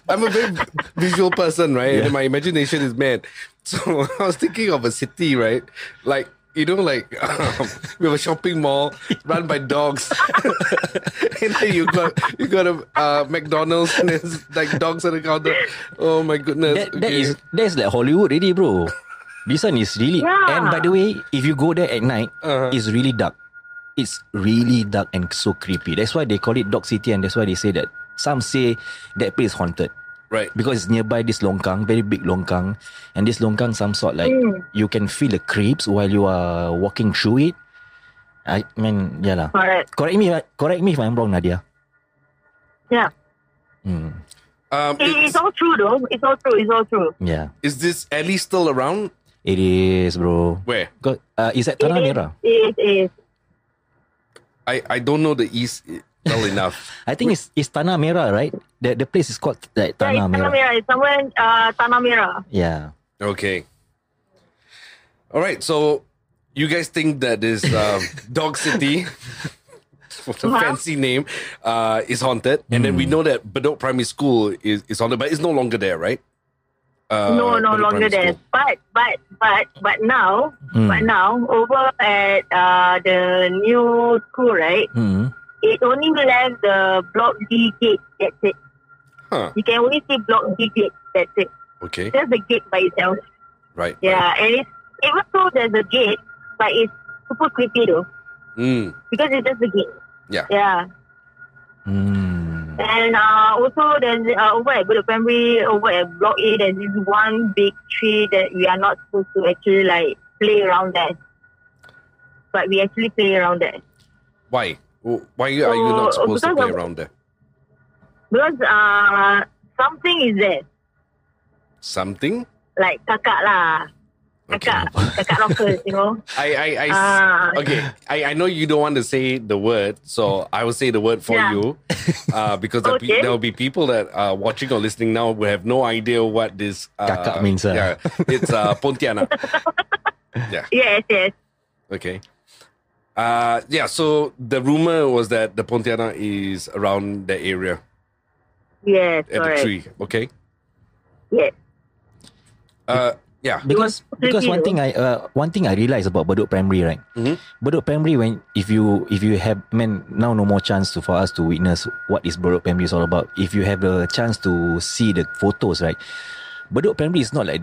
[SPEAKER 1] I'm a very visual person, right? And my imagination is mad. So I was thinking of a city, right? Like you know, like um, we have a shopping mall run by dogs, and then you got you got a uh, McDonald's and there's like dogs on the counter. Oh my goodness!
[SPEAKER 2] That, that is that is like Hollywood already, bro. This one is really.
[SPEAKER 8] Yeah.
[SPEAKER 2] And by the way, if you go there at night,
[SPEAKER 8] Uh.
[SPEAKER 1] Uh-huh.
[SPEAKER 2] it's really dark. It's really dark and so creepy. That's why they call it Dog City, and that's why they say that some say that place haunted
[SPEAKER 1] right.
[SPEAKER 2] because it's nearby this longkang, very big longkang, and this longkang some sort like
[SPEAKER 8] Mm.
[SPEAKER 2] you can feel the creeps while you are walking through it. I mean, yeah lah.
[SPEAKER 8] Correct.
[SPEAKER 2] Correct me, if I- correct me if I'm wrong, Nadia.
[SPEAKER 8] Yeah.
[SPEAKER 2] Hmm.
[SPEAKER 1] Um,
[SPEAKER 8] It,
[SPEAKER 1] is,
[SPEAKER 8] it's all true though. It's all true. It's all true.
[SPEAKER 2] yeah,
[SPEAKER 1] is this alley still around?
[SPEAKER 2] it is, bro.
[SPEAKER 1] Where
[SPEAKER 2] Got, uh, is that Tanah Merah?
[SPEAKER 8] It is.
[SPEAKER 1] I I don't know the east well enough.
[SPEAKER 2] I think it's it's Tanah Merah, right? The the place is called like
[SPEAKER 8] Yeah,
[SPEAKER 2] Tanah
[SPEAKER 8] it's Tanah
[SPEAKER 2] Merah.
[SPEAKER 8] Merah. It's somewhere in uh, Tanah Merah.
[SPEAKER 2] Yeah.
[SPEAKER 1] Okay. All right. So you guys think that this um, Dog City, what a
[SPEAKER 8] Wow.
[SPEAKER 1] fancy name, uh, is haunted, and then we know that Bedok Primary School is, is haunted, but it's no longer there, right? Uh,
[SPEAKER 8] no, no
[SPEAKER 1] Bedok
[SPEAKER 8] longer
[SPEAKER 1] Primary
[SPEAKER 8] there.
[SPEAKER 1] School.
[SPEAKER 8] But but but but now
[SPEAKER 2] Hmm.
[SPEAKER 8] but now over at uh, the new school, right?
[SPEAKER 2] Hmm.
[SPEAKER 8] It only left the block D gate. That's it.
[SPEAKER 1] Huh.
[SPEAKER 8] You can only see block D gate. That's it.
[SPEAKER 1] Okay.
[SPEAKER 8] Just the gate by itself.
[SPEAKER 1] Right. right.
[SPEAKER 8] Yeah, and it's even though there's a gate, but it's super creepy though
[SPEAKER 1] Mm,
[SPEAKER 8] because it's just the gate.
[SPEAKER 1] Yeah.
[SPEAKER 8] Yeah.
[SPEAKER 2] Hmm.
[SPEAKER 8] And uh, also, there's uh, over at Bedok Primary, over at Block A, there's this one big tree that we are not supposed to actually like play around there. But we actually play around there
[SPEAKER 1] why? W- Why are you not
[SPEAKER 8] So,
[SPEAKER 1] supposed to
[SPEAKER 8] because
[SPEAKER 1] play
[SPEAKER 8] of-
[SPEAKER 1] around there?
[SPEAKER 8] because uh, something is there,
[SPEAKER 1] Something.
[SPEAKER 8] like kakak lah,
[SPEAKER 1] Okay.
[SPEAKER 8] kakak, kakak rockers, you know.
[SPEAKER 1] I I, I s-
[SPEAKER 8] Ah,
[SPEAKER 1] okay, I, I know you don't want to say the word, so I will say the word for
[SPEAKER 8] Yeah.
[SPEAKER 1] you, uh, because there,
[SPEAKER 8] Okay.
[SPEAKER 1] will be people that are watching or listening now who have no idea what this uh,
[SPEAKER 2] Kakak means, ah.
[SPEAKER 1] Yeah, it's uh, Pontianak.
[SPEAKER 8] yes, yes,
[SPEAKER 1] Okay. Uh, yeah. So the rumor was that the Pontianak is around the area
[SPEAKER 8] yes,
[SPEAKER 1] at the
[SPEAKER 8] correct.
[SPEAKER 1] tree. Okay.
[SPEAKER 8] Yes,
[SPEAKER 1] Uh, yeah.
[SPEAKER 2] Because
[SPEAKER 8] was
[SPEAKER 2] because
[SPEAKER 8] creepy
[SPEAKER 2] one
[SPEAKER 8] though.
[SPEAKER 2] thing I uh, one thing I realized about Bedok Primary, right?
[SPEAKER 1] Mhm.
[SPEAKER 2] Bedok Primary when if you if you have man now no more chance to for us to witness what is Bedok Primary is all about. If you have the chance to see the photos, right? Bedok Primary is not like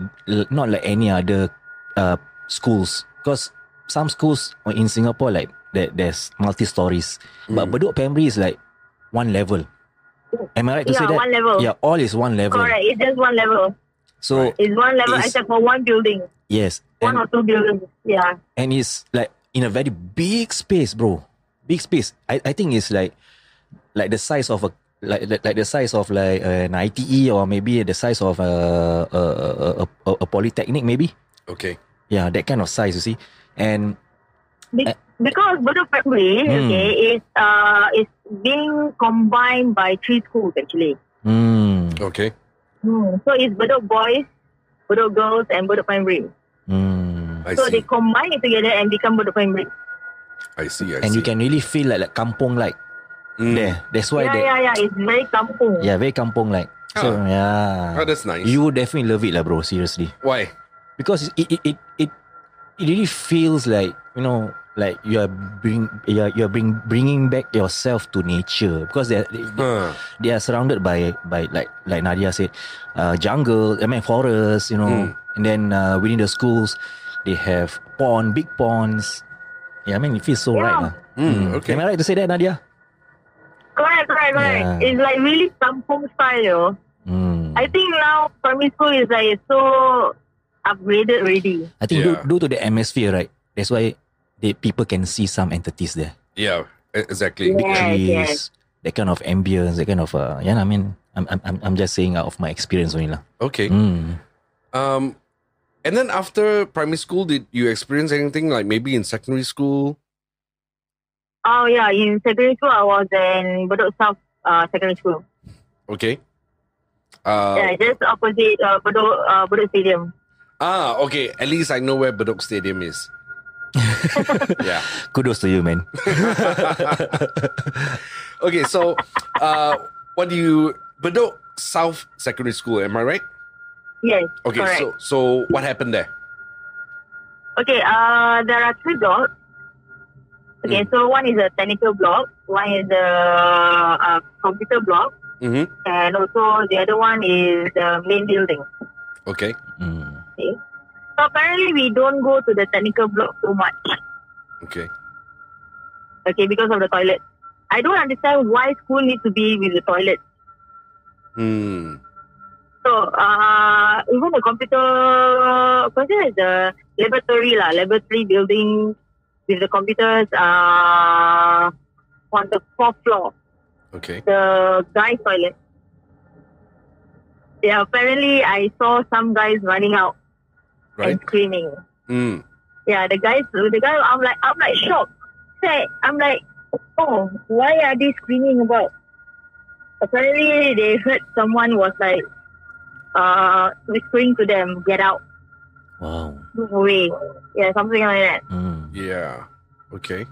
[SPEAKER 2] not like any other uh, schools because some schools in Singapore like there, there's multi stories,
[SPEAKER 1] Mm.
[SPEAKER 2] but Bedok Primary is like one level. Am I right to say
[SPEAKER 8] yeah,
[SPEAKER 2] that?
[SPEAKER 8] one level.
[SPEAKER 2] Yeah, all is one level.
[SPEAKER 8] Correct. It's just one level.
[SPEAKER 2] So
[SPEAKER 1] Right.
[SPEAKER 8] It's one level
[SPEAKER 2] It's-
[SPEAKER 8] except for one building,
[SPEAKER 2] yes,
[SPEAKER 8] one
[SPEAKER 2] and-
[SPEAKER 8] or two buildings. Yeah.
[SPEAKER 2] and it's like in a very big space, bro. Big space. I, I think it's like like the size of a like like, like the size of like an ITE or maybe the size of a a, a, a, a polytechnic maybe.
[SPEAKER 1] Okay.
[SPEAKER 2] Yeah, that kind of size you see. And
[SPEAKER 8] Because Bedok Primary,
[SPEAKER 2] Hmm.
[SPEAKER 8] okay, is uh is being combined by three schools actually.
[SPEAKER 2] mm,
[SPEAKER 1] Okay.
[SPEAKER 8] So it's Bedok Boys, Bedok Girls, and Bedok Primary.
[SPEAKER 2] mm.
[SPEAKER 1] I
[SPEAKER 8] so they
[SPEAKER 1] see.
[SPEAKER 8] combine it together and become Bedok Primary.
[SPEAKER 1] I see. I
[SPEAKER 2] and
[SPEAKER 1] see.
[SPEAKER 2] you can really feel like like kampung like
[SPEAKER 1] Mm.
[SPEAKER 2] there. That's why
[SPEAKER 8] yeah,
[SPEAKER 2] they
[SPEAKER 8] yeah, yeah. It's very kampung.
[SPEAKER 2] yeah, very kampung like.
[SPEAKER 1] Ah.
[SPEAKER 2] So
[SPEAKER 1] Oh,
[SPEAKER 2] yeah.
[SPEAKER 1] that's nice.
[SPEAKER 2] You would definitely love it lah bro, seriously.
[SPEAKER 1] Why?
[SPEAKER 2] because it it it it, it really feels like you know like you are bring you are, you are bring bringing back yourself to nature because they are, they,
[SPEAKER 1] Huh.
[SPEAKER 2] they are surrounded by by like like Nadia said uh, jungle I mean forest you know
[SPEAKER 1] Mm.
[SPEAKER 2] and then uh, within the schools they have pond big ponds yeah I mean it feels so
[SPEAKER 8] Yeah.
[SPEAKER 2] right lah.
[SPEAKER 1] Mm, okay.
[SPEAKER 2] am I right to say that Nadia
[SPEAKER 8] Correct, correct, correct.
[SPEAKER 2] Yeah.
[SPEAKER 8] It's like really kampung style. You know?
[SPEAKER 2] Mm.
[SPEAKER 8] I think now primary school is like so upgraded already.
[SPEAKER 2] I think
[SPEAKER 1] Yeah.
[SPEAKER 2] due, due to the atmosphere right that's why they, people can see some entities there
[SPEAKER 1] Yeah. e- Exactly.
[SPEAKER 8] Yeah. Yes,
[SPEAKER 2] trees,
[SPEAKER 8] yes.
[SPEAKER 2] that kind of ambience, that kind of uh, yeah. I mean, I'm I'm I'm I'm just saying out of my experience only lah.
[SPEAKER 1] Okay.
[SPEAKER 2] Mm.
[SPEAKER 1] Um, and then after primary school, did you experience anything like maybe in secondary school?
[SPEAKER 8] Oh yeah, in secondary school I was in Bedok South uh, Secondary School.
[SPEAKER 1] Okay. Uh,
[SPEAKER 8] yeah, just opposite uh, Bedok uh, Bedok Stadium.
[SPEAKER 1] Ah, okay. At least I know where Bedok Stadium is. yeah.
[SPEAKER 2] Kudos to you, man.
[SPEAKER 1] Okay, so uh, what do you Bedok South Secondary School? Am I right?
[SPEAKER 8] Yes.
[SPEAKER 1] Okay,
[SPEAKER 8] correct.
[SPEAKER 1] so so what happened there?
[SPEAKER 8] Okay, uh, there are three blocks. Okay, so one is a technical block, one is the uh, computer block,
[SPEAKER 1] hmm
[SPEAKER 8] and also the other one is the main building.
[SPEAKER 1] Okay.
[SPEAKER 2] Mm.
[SPEAKER 8] So apparently, we don't go to the technical block too much,
[SPEAKER 1] Okay.
[SPEAKER 8] okay, because of the toilet. I don't understand why school needs to be with the toilet.
[SPEAKER 1] Hmm.
[SPEAKER 8] So, uh, even the computer, consider as the laboratory lah, laboratory building with the computers uh, on the fourth floor.
[SPEAKER 1] Okay.
[SPEAKER 8] the guy toilet. Yeah, apparently I saw some guys running out
[SPEAKER 1] Right.
[SPEAKER 8] and screaming.
[SPEAKER 1] Mm.
[SPEAKER 8] Yeah, the guys, the guy, I'm like, I'm like shocked. Say, I'm like, oh, why are they screaming about? Apparently, they heard someone was like, uh, whispering to them, "Get out,
[SPEAKER 2] Wow.
[SPEAKER 8] move away." Yeah, something like that.
[SPEAKER 2] Mm.
[SPEAKER 1] Yeah. Okay.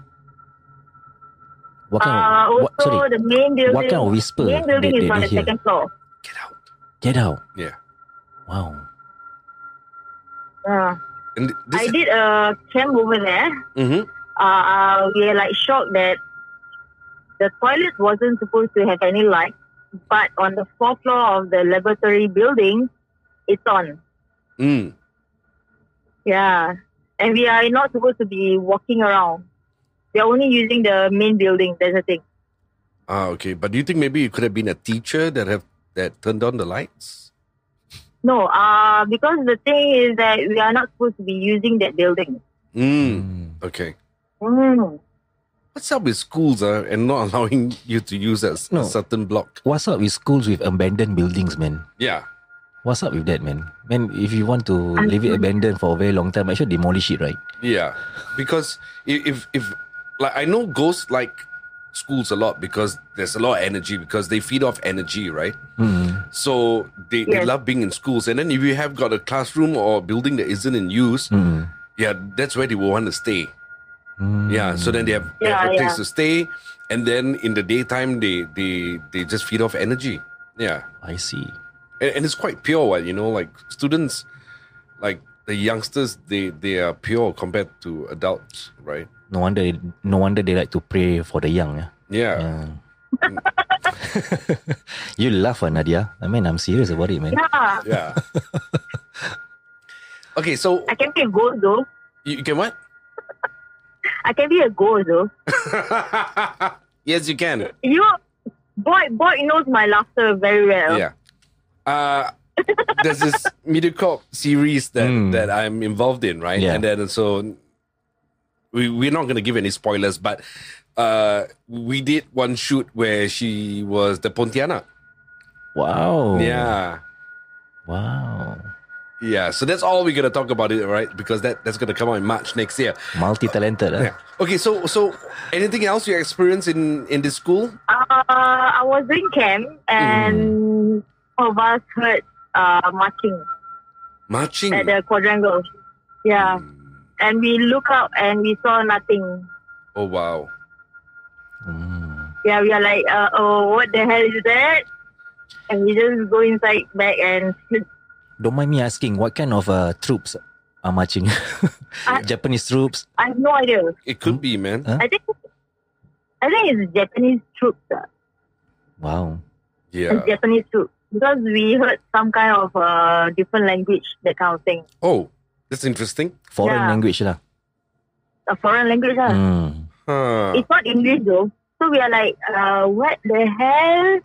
[SPEAKER 2] What kind
[SPEAKER 8] uh,
[SPEAKER 2] of,
[SPEAKER 8] also,
[SPEAKER 2] what, sorry,
[SPEAKER 8] the main building.
[SPEAKER 2] what kind of whisper
[SPEAKER 8] main building
[SPEAKER 2] did, did
[SPEAKER 8] is on
[SPEAKER 2] they
[SPEAKER 8] the
[SPEAKER 2] hear?
[SPEAKER 8] second floor.
[SPEAKER 1] Get out.
[SPEAKER 2] Get out.
[SPEAKER 1] Yeah.
[SPEAKER 2] Wow.
[SPEAKER 8] Yeah.
[SPEAKER 1] And th-
[SPEAKER 8] Uh, I
[SPEAKER 1] this.
[SPEAKER 8] did a camp over there.
[SPEAKER 1] hmm
[SPEAKER 8] uh, we are like shocked that the toilet wasn't supposed to have any light, but on the fourth floor of the laboratory building, it's on.
[SPEAKER 1] Mm.
[SPEAKER 8] Yeah, and we are not supposed to be walking around. We are only using the main building. That's the thing.
[SPEAKER 1] Ah. Okay. But do you think maybe it could have been a teacher that have that turned on the lights?
[SPEAKER 8] No, uh, because the thing is that we are not supposed to be using that building.
[SPEAKER 1] Mm.
[SPEAKER 2] Mm.
[SPEAKER 1] Okay.
[SPEAKER 8] Mm.
[SPEAKER 1] What's up with schools, uh, and not allowing you to use a, s-
[SPEAKER 2] No.
[SPEAKER 1] certain block?
[SPEAKER 2] What's up with schools with abandoned buildings, man?
[SPEAKER 1] Yeah.
[SPEAKER 2] What's up with that, man? Man, if you want to leave it abandoned for a very long time, I should demolish it, right?
[SPEAKER 1] Yeah, because i- if if like I know ghosts like schools a lot because there's a lot of energy because they feed off energy, right?
[SPEAKER 2] Mm.
[SPEAKER 1] So they, they
[SPEAKER 8] Yes.
[SPEAKER 1] love being in schools, and then if you have got a classroom or a building that isn't in use,
[SPEAKER 2] Mm.
[SPEAKER 1] yeah, that's where they will want to stay.
[SPEAKER 2] Mm.
[SPEAKER 1] Yeah, so then they have, they have
[SPEAKER 8] Yeah,
[SPEAKER 1] a place
[SPEAKER 8] yeah.
[SPEAKER 1] to stay, and then in the daytime they they they just feed off energy. Yeah,
[SPEAKER 2] I see.
[SPEAKER 1] and, and it's quite pure, what you know, like students, like the youngsters, they they are pure compared to adults, right?
[SPEAKER 2] No wonder, no wonder they like to pray for the young. Yeah.
[SPEAKER 1] Yeah.
[SPEAKER 2] Yeah. Uh, you laugh, ah, Nadia. I mean, I'm serious about it, man.
[SPEAKER 8] Yeah,
[SPEAKER 1] Yeah. okay, so
[SPEAKER 8] I can be a ghost though.
[SPEAKER 1] you you can what?
[SPEAKER 8] I can be a ghost though.
[SPEAKER 1] yes, you can.
[SPEAKER 8] You, boy, boy knows my laughter very well.
[SPEAKER 1] Yeah. Uh, there's this MediaCorp series that,
[SPEAKER 2] Mm.
[SPEAKER 1] that I'm involved in, right?
[SPEAKER 2] Yeah.
[SPEAKER 1] And then so we we're not gonna give any spoilers, but uh, we did one shoot where she was the Pontiana.
[SPEAKER 2] Wow.
[SPEAKER 1] Yeah.
[SPEAKER 2] Wow.
[SPEAKER 1] Yeah. So that's all we're gonna talk about it, right? Because that, that's gonna come out in March next year.
[SPEAKER 2] Multi talented.
[SPEAKER 1] Yeah. Okay, so so anything else you experienced in in this school?
[SPEAKER 8] Uh, I was doing camp and all of us heard uh, marching
[SPEAKER 1] Marching.
[SPEAKER 8] at the quadrangle. Yeah. And we look up and we saw nothing.
[SPEAKER 1] Oh wow.
[SPEAKER 2] Mm.
[SPEAKER 8] Yeah, we are like, uh, oh, what the hell is that? And we just go inside back and sleep.
[SPEAKER 2] Don't mind me asking, what kind of uh, troops are marching? Japanese troops?
[SPEAKER 8] I have no idea.
[SPEAKER 1] It could be, man.
[SPEAKER 2] Huh?
[SPEAKER 8] I think I think it's Japanese troops, uh,
[SPEAKER 2] Wow.
[SPEAKER 1] Yeah.
[SPEAKER 8] it's Japanese troops. Because we heard some kind of uh, different language, that kind of thing.
[SPEAKER 1] Oh, that's interesting.
[SPEAKER 2] Foreign
[SPEAKER 8] Yeah.
[SPEAKER 2] language lah.
[SPEAKER 8] A foreign language, uh.
[SPEAKER 2] Mm.
[SPEAKER 1] Huh.
[SPEAKER 8] It's not English though. So we are like, uh, what the hell?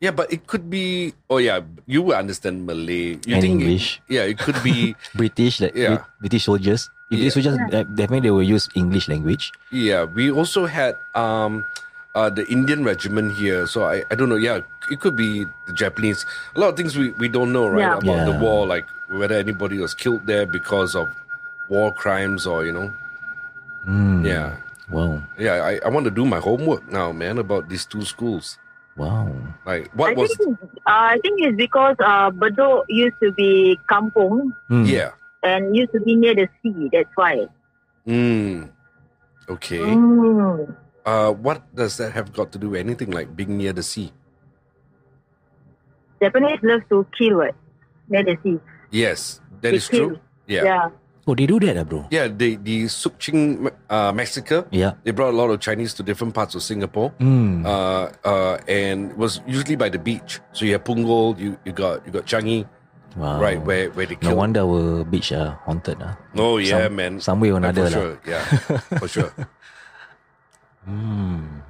[SPEAKER 1] Yeah, but it could be. Oh yeah, you will understand Malay. You
[SPEAKER 2] And
[SPEAKER 1] think it-
[SPEAKER 2] English.
[SPEAKER 1] yeah, it could be.
[SPEAKER 2] British, like
[SPEAKER 1] Yeah.
[SPEAKER 2] Brit- British soldiers. If
[SPEAKER 1] Yeah.
[SPEAKER 2] British soldiers, uh, definitely they will use English language.
[SPEAKER 1] yeah, we also had um, uh, the Indian regiment here. So I, I don't know. Yeah, it could be the Japanese. A lot of things we, we don't know right
[SPEAKER 8] Yeah.
[SPEAKER 1] about the
[SPEAKER 2] Yeah.
[SPEAKER 1] war, like whether anybody was killed there because of war crimes or you know.
[SPEAKER 2] Mm.
[SPEAKER 1] Yeah,
[SPEAKER 2] Wow.
[SPEAKER 1] yeah. I, I want to do my homework now, man, about these two schools.
[SPEAKER 2] Wow.
[SPEAKER 1] Like
[SPEAKER 8] I
[SPEAKER 1] what was?
[SPEAKER 8] think uh, I think it's because uh, Bedok used to be kampung
[SPEAKER 2] Mm.
[SPEAKER 1] Yeah.
[SPEAKER 8] and used to be near the sea. That's why.
[SPEAKER 1] Mm. Okay.
[SPEAKER 8] Mm.
[SPEAKER 1] Uh, what does that have got to do with anything like being near the sea?
[SPEAKER 8] Japanese love to kill what? Near the sea.
[SPEAKER 1] Yes, that
[SPEAKER 8] They
[SPEAKER 1] is true.
[SPEAKER 8] kill.
[SPEAKER 1] Yeah. yeah.
[SPEAKER 8] yeah.
[SPEAKER 2] Oh, they do that, ah, bro.
[SPEAKER 1] the, the Sukching uh, massacre,
[SPEAKER 2] Yeah.
[SPEAKER 1] they brought a lot of Chinese to different parts of Singapore.
[SPEAKER 2] Mm.
[SPEAKER 1] Uh, uh, and it was usually by the beach. So you have Punggol, you, you got you got Changi,
[SPEAKER 2] wow.
[SPEAKER 1] right? Where where they
[SPEAKER 2] Oh. No
[SPEAKER 1] killed.
[SPEAKER 2] wonder our beach are haunted ah.
[SPEAKER 1] oh yeah,
[SPEAKER 2] Some-
[SPEAKER 1] man.
[SPEAKER 2] Some way or
[SPEAKER 1] Uh,
[SPEAKER 2] another
[SPEAKER 1] for
[SPEAKER 2] lah.
[SPEAKER 1] sure. Yeah, for sure.
[SPEAKER 2] Hmm.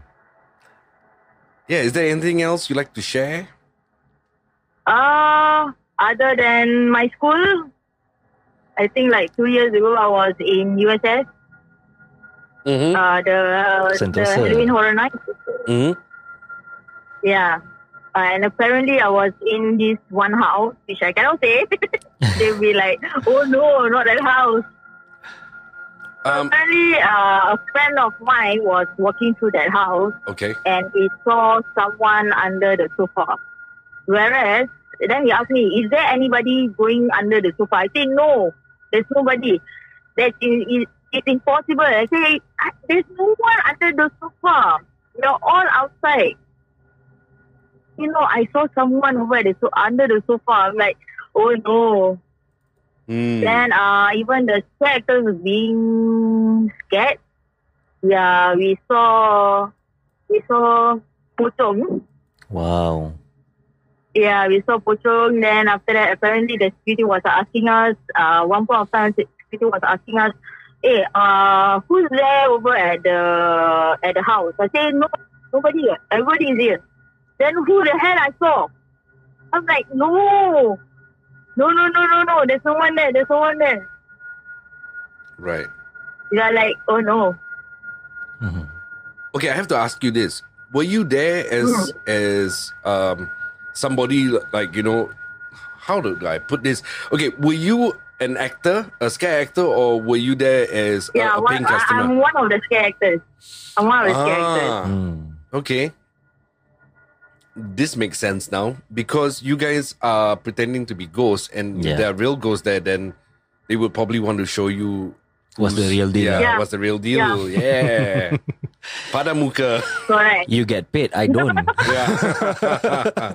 [SPEAKER 1] Yeah. Is there anything else you like to share?
[SPEAKER 8] Uh, other than my school, I think like two years ago I was in USS,
[SPEAKER 1] Mm-hmm.
[SPEAKER 8] uh, the, the
[SPEAKER 2] Sentosa.
[SPEAKER 8] Halloween Horror Night.
[SPEAKER 1] Mm-hmm.
[SPEAKER 8] Yeah. Uh, and apparently I was in this one house, which I cannot say. They'll be like, oh no, not that house.
[SPEAKER 1] Um,
[SPEAKER 8] Apparently uh, a friend of mine was walking through that house
[SPEAKER 1] okay.
[SPEAKER 8] and he saw someone under the sofa. Whereas, then he asked me, is there anybody going under the sofa? I say, no, there's nobody. That is, is, it's impossible. I say, "I- there's no one under the sofa. You're all outside. You know, I saw someone over the so under the sofa. I'm like, oh no.
[SPEAKER 1] Mm.
[SPEAKER 8] Then uh, even the characters was being scared. Yeah, we saw we saw Pocong.
[SPEAKER 2] Wow.
[SPEAKER 8] Yeah, we saw Pocong. Then after that, apparently the security was asking us. Uh, one point of time, security was asking us, "Hey, uh, who's there over at the at the house?" I say, "No, nobody. here. Everybody is here." Then who the hell I saw? I'm like, "No, no, no, no, no, no. There's no one there. There's no one there."
[SPEAKER 1] Right.
[SPEAKER 8] They are like, oh no.
[SPEAKER 2] Mhm.
[SPEAKER 1] Okay, I have to ask you this: Were you there
[SPEAKER 8] Mm.
[SPEAKER 1] as as um somebody like you know? How do I put this? Okay, were you an actor, a scare actor, or were you there as a-
[SPEAKER 8] Yeah,
[SPEAKER 1] a,
[SPEAKER 8] one,
[SPEAKER 1] paying
[SPEAKER 8] I, I'm
[SPEAKER 1] customer?
[SPEAKER 8] one of the characters. I'm one of the characters.
[SPEAKER 1] Ah,
[SPEAKER 2] Mm.
[SPEAKER 1] okay. This makes sense now because you guys are pretending to be ghosts, and
[SPEAKER 2] Yeah.
[SPEAKER 1] if there are real ghosts there. Then they would probably want to show you
[SPEAKER 2] What's the
[SPEAKER 1] who's-
[SPEAKER 2] real deal?
[SPEAKER 1] Yeah,
[SPEAKER 2] ah?
[SPEAKER 8] Yeah.
[SPEAKER 1] what's the real deal? Yeah, Pada muka.
[SPEAKER 8] Correct.
[SPEAKER 2] You get paid, I don't.
[SPEAKER 1] Yeah.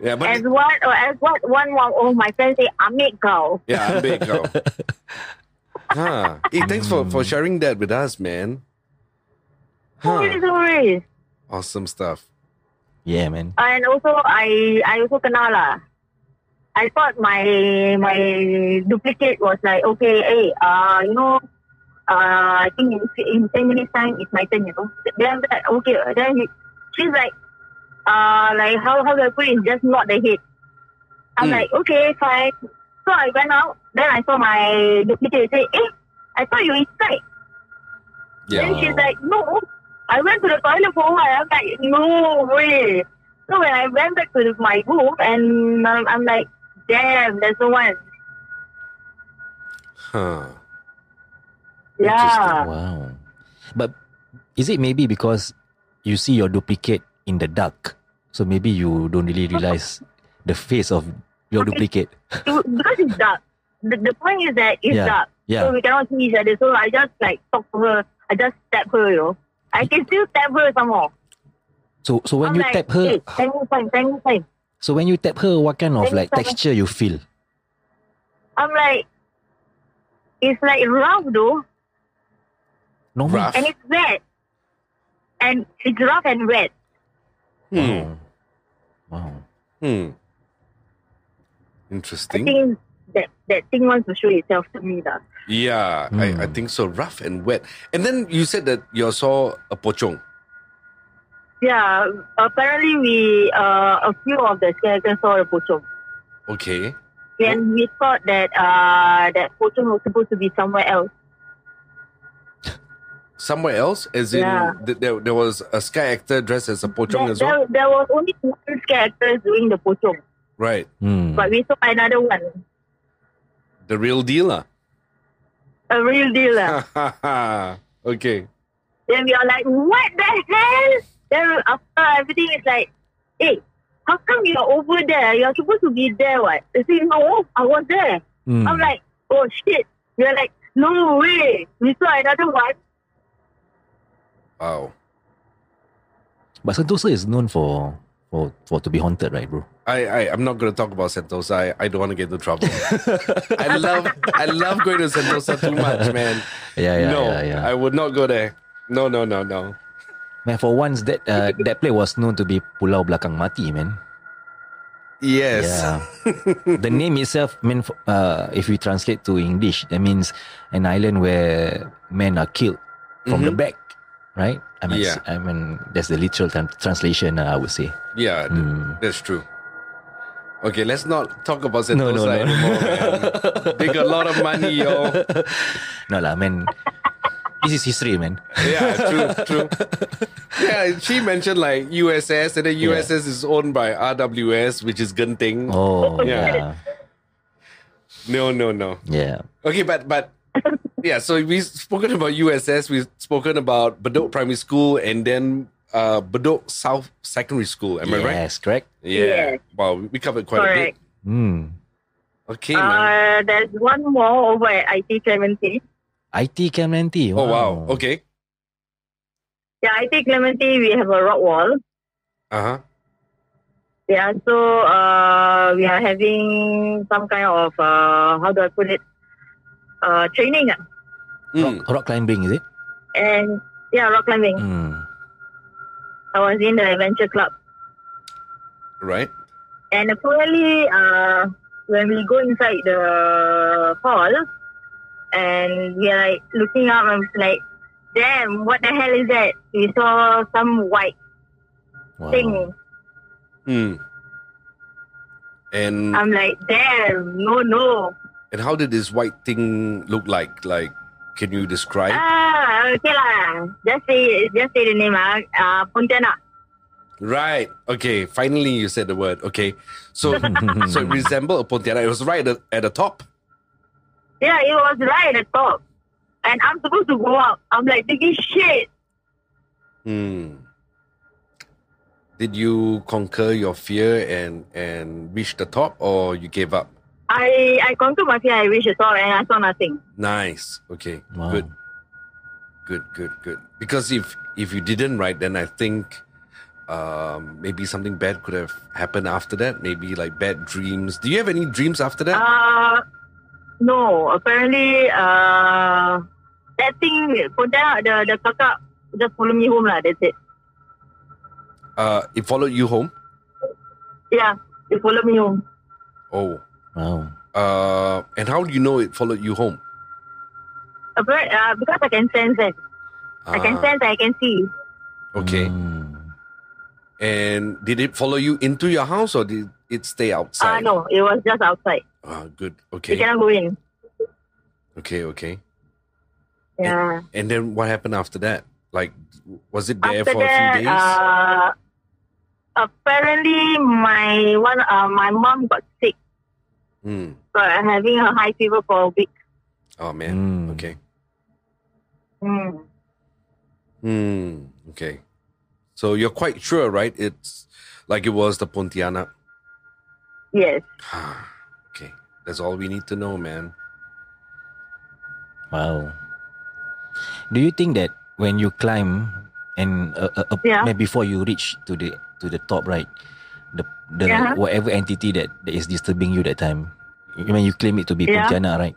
[SPEAKER 1] yeah, but
[SPEAKER 8] As what or as what one one of my friends say, Amit Gao.
[SPEAKER 1] yeah, I'm big girl. Huh. Hey, thanks for, for sharing that with us, man.
[SPEAKER 8] No
[SPEAKER 1] Huh.
[SPEAKER 8] worries, no worries.
[SPEAKER 1] Awesome stuff.
[SPEAKER 2] yeah, man.
[SPEAKER 8] And also I I also kena lah. I thought my my duplicate was like, okay, hey, uh, you know, uh, I think in, in ten minutes time it's my turn, you know. Then after that, okay, then he, she's like, uh, like how how do I put it? Just not the head. I'm
[SPEAKER 1] Mm.
[SPEAKER 8] like, okay, fine. So I went out. Then I saw my duplicate say, eh, I thought you inside.
[SPEAKER 1] Yeah.
[SPEAKER 8] Then she's like, no, I went to the toilet for a while. I'm like, no way. So when I went back to my room, and um, I'm like, damn, there's no one.
[SPEAKER 1] Huh.
[SPEAKER 8] Yeah.
[SPEAKER 2] Wow. But is it maybe because you see your duplicate in the dark? So maybe you don't really realize the face of your duplicate.
[SPEAKER 8] It- because it's dark. The, the point is that it's
[SPEAKER 2] Yeah,
[SPEAKER 8] dark. So
[SPEAKER 2] Yeah.
[SPEAKER 8] we cannot see each other. So I just like talk to her. I just tap her, you know. I can still tap her some more.
[SPEAKER 2] So so when
[SPEAKER 8] I'm
[SPEAKER 2] you
[SPEAKER 8] like,
[SPEAKER 2] tap her,
[SPEAKER 8] Hey, thank you, fine, thank you, fine.
[SPEAKER 2] so when you tap her, what kind of
[SPEAKER 8] Thank
[SPEAKER 2] like
[SPEAKER 8] you so much.
[SPEAKER 2] texture you feel?
[SPEAKER 8] I'm like, it's like rough though,
[SPEAKER 2] Normal.
[SPEAKER 1] Rough.
[SPEAKER 8] and it's wet. And it's rough and wet.
[SPEAKER 1] Hmm.
[SPEAKER 2] Wow. Wow.
[SPEAKER 1] Hmm.
[SPEAKER 8] I
[SPEAKER 1] Interesting.
[SPEAKER 8] think that that thing wants to show itself to me. Lah.
[SPEAKER 1] Yeah, I, I
[SPEAKER 2] Hmm.
[SPEAKER 1] think so. Rough and wet. And then you said that you saw a pochong.
[SPEAKER 8] Yeah, apparently we uh, a few of the skeletons saw a pochong,
[SPEAKER 1] Okay. Oh.
[SPEAKER 8] and we thought that uh, that pochong was supposed to be somewhere else.
[SPEAKER 1] Somewhere else, as in
[SPEAKER 8] Yeah.
[SPEAKER 1] th- there, there was a sky actor dressed as a pochong as
[SPEAKER 8] There,
[SPEAKER 1] well.
[SPEAKER 8] there, there was only one skeletons doing the pochong,
[SPEAKER 1] Right.
[SPEAKER 2] Hmm.
[SPEAKER 8] but we saw another one,
[SPEAKER 1] The real ah. dealer.
[SPEAKER 8] a real deal. lah.
[SPEAKER 1] okay.
[SPEAKER 8] then we are like, what the hell? Then after everything is like, hey, how come you're over there? You're supposed to be there, what? They say no, I was there.
[SPEAKER 2] Hmm.
[SPEAKER 8] I'm like, oh shit. You're like, No way. We saw another one.
[SPEAKER 1] Wow.
[SPEAKER 2] But Sentosa is known for for for to be haunted, right, bro?
[SPEAKER 1] I, I I'm not gonna talk about Sentosa. I, I don't want to get into trouble. I love I love going to Sentosa too much, man.
[SPEAKER 2] Yeah, yeah,
[SPEAKER 1] no,
[SPEAKER 2] yeah, yeah.
[SPEAKER 1] I would not go there. No, no, no, no.
[SPEAKER 2] Man, for once that uh, that place was known to be Pulau Belakang Mati, man.
[SPEAKER 1] Yes.
[SPEAKER 2] the name itself mean uh, if we translate to English, that means an island where men are killed from the back, right? I mean,
[SPEAKER 1] Mm-hmm. Yeah.
[SPEAKER 2] I mean that's the literal tran- translation. Uh, I would say.
[SPEAKER 1] Yeah, th-
[SPEAKER 2] Hmm.
[SPEAKER 1] that's true. Okay, let's not talk about Sentosa
[SPEAKER 2] No, no, no.
[SPEAKER 1] anymore. man. they got a lot of money, yo.
[SPEAKER 2] No lah, man. this is history, man.
[SPEAKER 1] Yeah, true, true. Yeah, she mentioned like USS, and then
[SPEAKER 2] Yeah.
[SPEAKER 1] USS is owned by RWS, which is Genting.
[SPEAKER 2] Oh
[SPEAKER 1] Yeah.
[SPEAKER 2] yeah,
[SPEAKER 1] No, no, no.
[SPEAKER 2] yeah.
[SPEAKER 1] Okay, but but yeah, so we've spoken about USS, we've spoken about Bedok Primary School, and then uh Bedok South Secondary School. Am I right?
[SPEAKER 2] yes, correct.
[SPEAKER 1] Yeah.
[SPEAKER 8] Yes.
[SPEAKER 1] Wow, we covered quite
[SPEAKER 8] Correct.
[SPEAKER 2] Hmm.
[SPEAKER 1] a bit. Okay, man.
[SPEAKER 8] Uh, there's one more over at IT 70.
[SPEAKER 2] IT Clementi.
[SPEAKER 1] Oh wow. Okay.
[SPEAKER 8] Yeah, IT Clementi, we have a rock wall.
[SPEAKER 1] Uh huh.
[SPEAKER 8] Yeah, so uh, we are having some kind of, uh, how do I put it, uh, training. ah.
[SPEAKER 1] Mm.
[SPEAKER 2] Rock climbing is it?
[SPEAKER 8] And yeah, rock climbing.
[SPEAKER 2] Hmm.
[SPEAKER 8] I was in the adventure club.
[SPEAKER 1] Right.
[SPEAKER 8] And apparently, uh, when we go inside the hall, and we are like looking up and like, damn, what the hell is that? We saw some white
[SPEAKER 2] Wow.
[SPEAKER 8] thing.
[SPEAKER 1] Mm. And
[SPEAKER 8] I'm like, damn, no, no.
[SPEAKER 1] and how did this white thing look like? Like, can you describe?
[SPEAKER 8] Ah, okay lah. Just say, just say the name ah. Uh, Pontianak.
[SPEAKER 1] Right. Okay. Finally, you said the word. Okay. So, so it resembled a Pontianak. It was right at the, at the top.
[SPEAKER 8] Yeah, it was right at the top. And I'm supposed to go up. I'm like thinking, shit.
[SPEAKER 1] Hmm. Did you conquer your fear and and reach the top, or you gave up?
[SPEAKER 8] I I conquered my fear. I reached the top and I saw nothing.
[SPEAKER 1] Nice. Okay.
[SPEAKER 2] Wow.
[SPEAKER 1] Good. Good. Good. Good. Because if if you didn't, right, then I think um, maybe something bad could have happened after that. Maybe like bad dreams. Do you have any dreams after that?
[SPEAKER 8] Uh, no, apparently uh, that thing Pontianak the the kakak just follow me home lah. That's it.
[SPEAKER 1] Uh, it followed you home.
[SPEAKER 8] Yeah, they follow me home.
[SPEAKER 1] Oh.
[SPEAKER 2] Wow.
[SPEAKER 1] Uh, and how do you know it followed you home?
[SPEAKER 8] Appar- uh, because I can sense it. I can
[SPEAKER 1] Ah,
[SPEAKER 8] sense. I can see.
[SPEAKER 1] Okay.
[SPEAKER 2] Hmm.
[SPEAKER 1] And did it follow you into your house or did it stay
[SPEAKER 8] Uh,
[SPEAKER 1] outside?
[SPEAKER 8] no, it was just outside.
[SPEAKER 1] Ah, good.
[SPEAKER 8] You
[SPEAKER 1] Okay.
[SPEAKER 8] cannot go in.
[SPEAKER 1] Okay. Okay.
[SPEAKER 8] Yeah.
[SPEAKER 1] And then what happened after that? Like, was it there
[SPEAKER 8] After
[SPEAKER 1] for a
[SPEAKER 8] that,
[SPEAKER 1] few days?
[SPEAKER 8] uh, apparently my one uh, my mom got sick,
[SPEAKER 1] Hmm.
[SPEAKER 8] got having a high fever for a week.
[SPEAKER 1] Oh man.
[SPEAKER 2] Hmm.
[SPEAKER 1] Okay.
[SPEAKER 8] Mm.
[SPEAKER 1] Hmm. Okay. So you're quite sure, right? It's like it was the Pontiana.
[SPEAKER 8] Yes.
[SPEAKER 1] okay. That's all we need to know, man.
[SPEAKER 2] Wow. Do you think that when you climb and uh, uh, uh,
[SPEAKER 8] Yeah.
[SPEAKER 2] maybe before you reach to the to the top, right? The the
[SPEAKER 8] Yeah.
[SPEAKER 2] whatever entity that, that is disturbing you that time, when you claim it to be
[SPEAKER 8] Yeah.
[SPEAKER 2] Pontianak, right?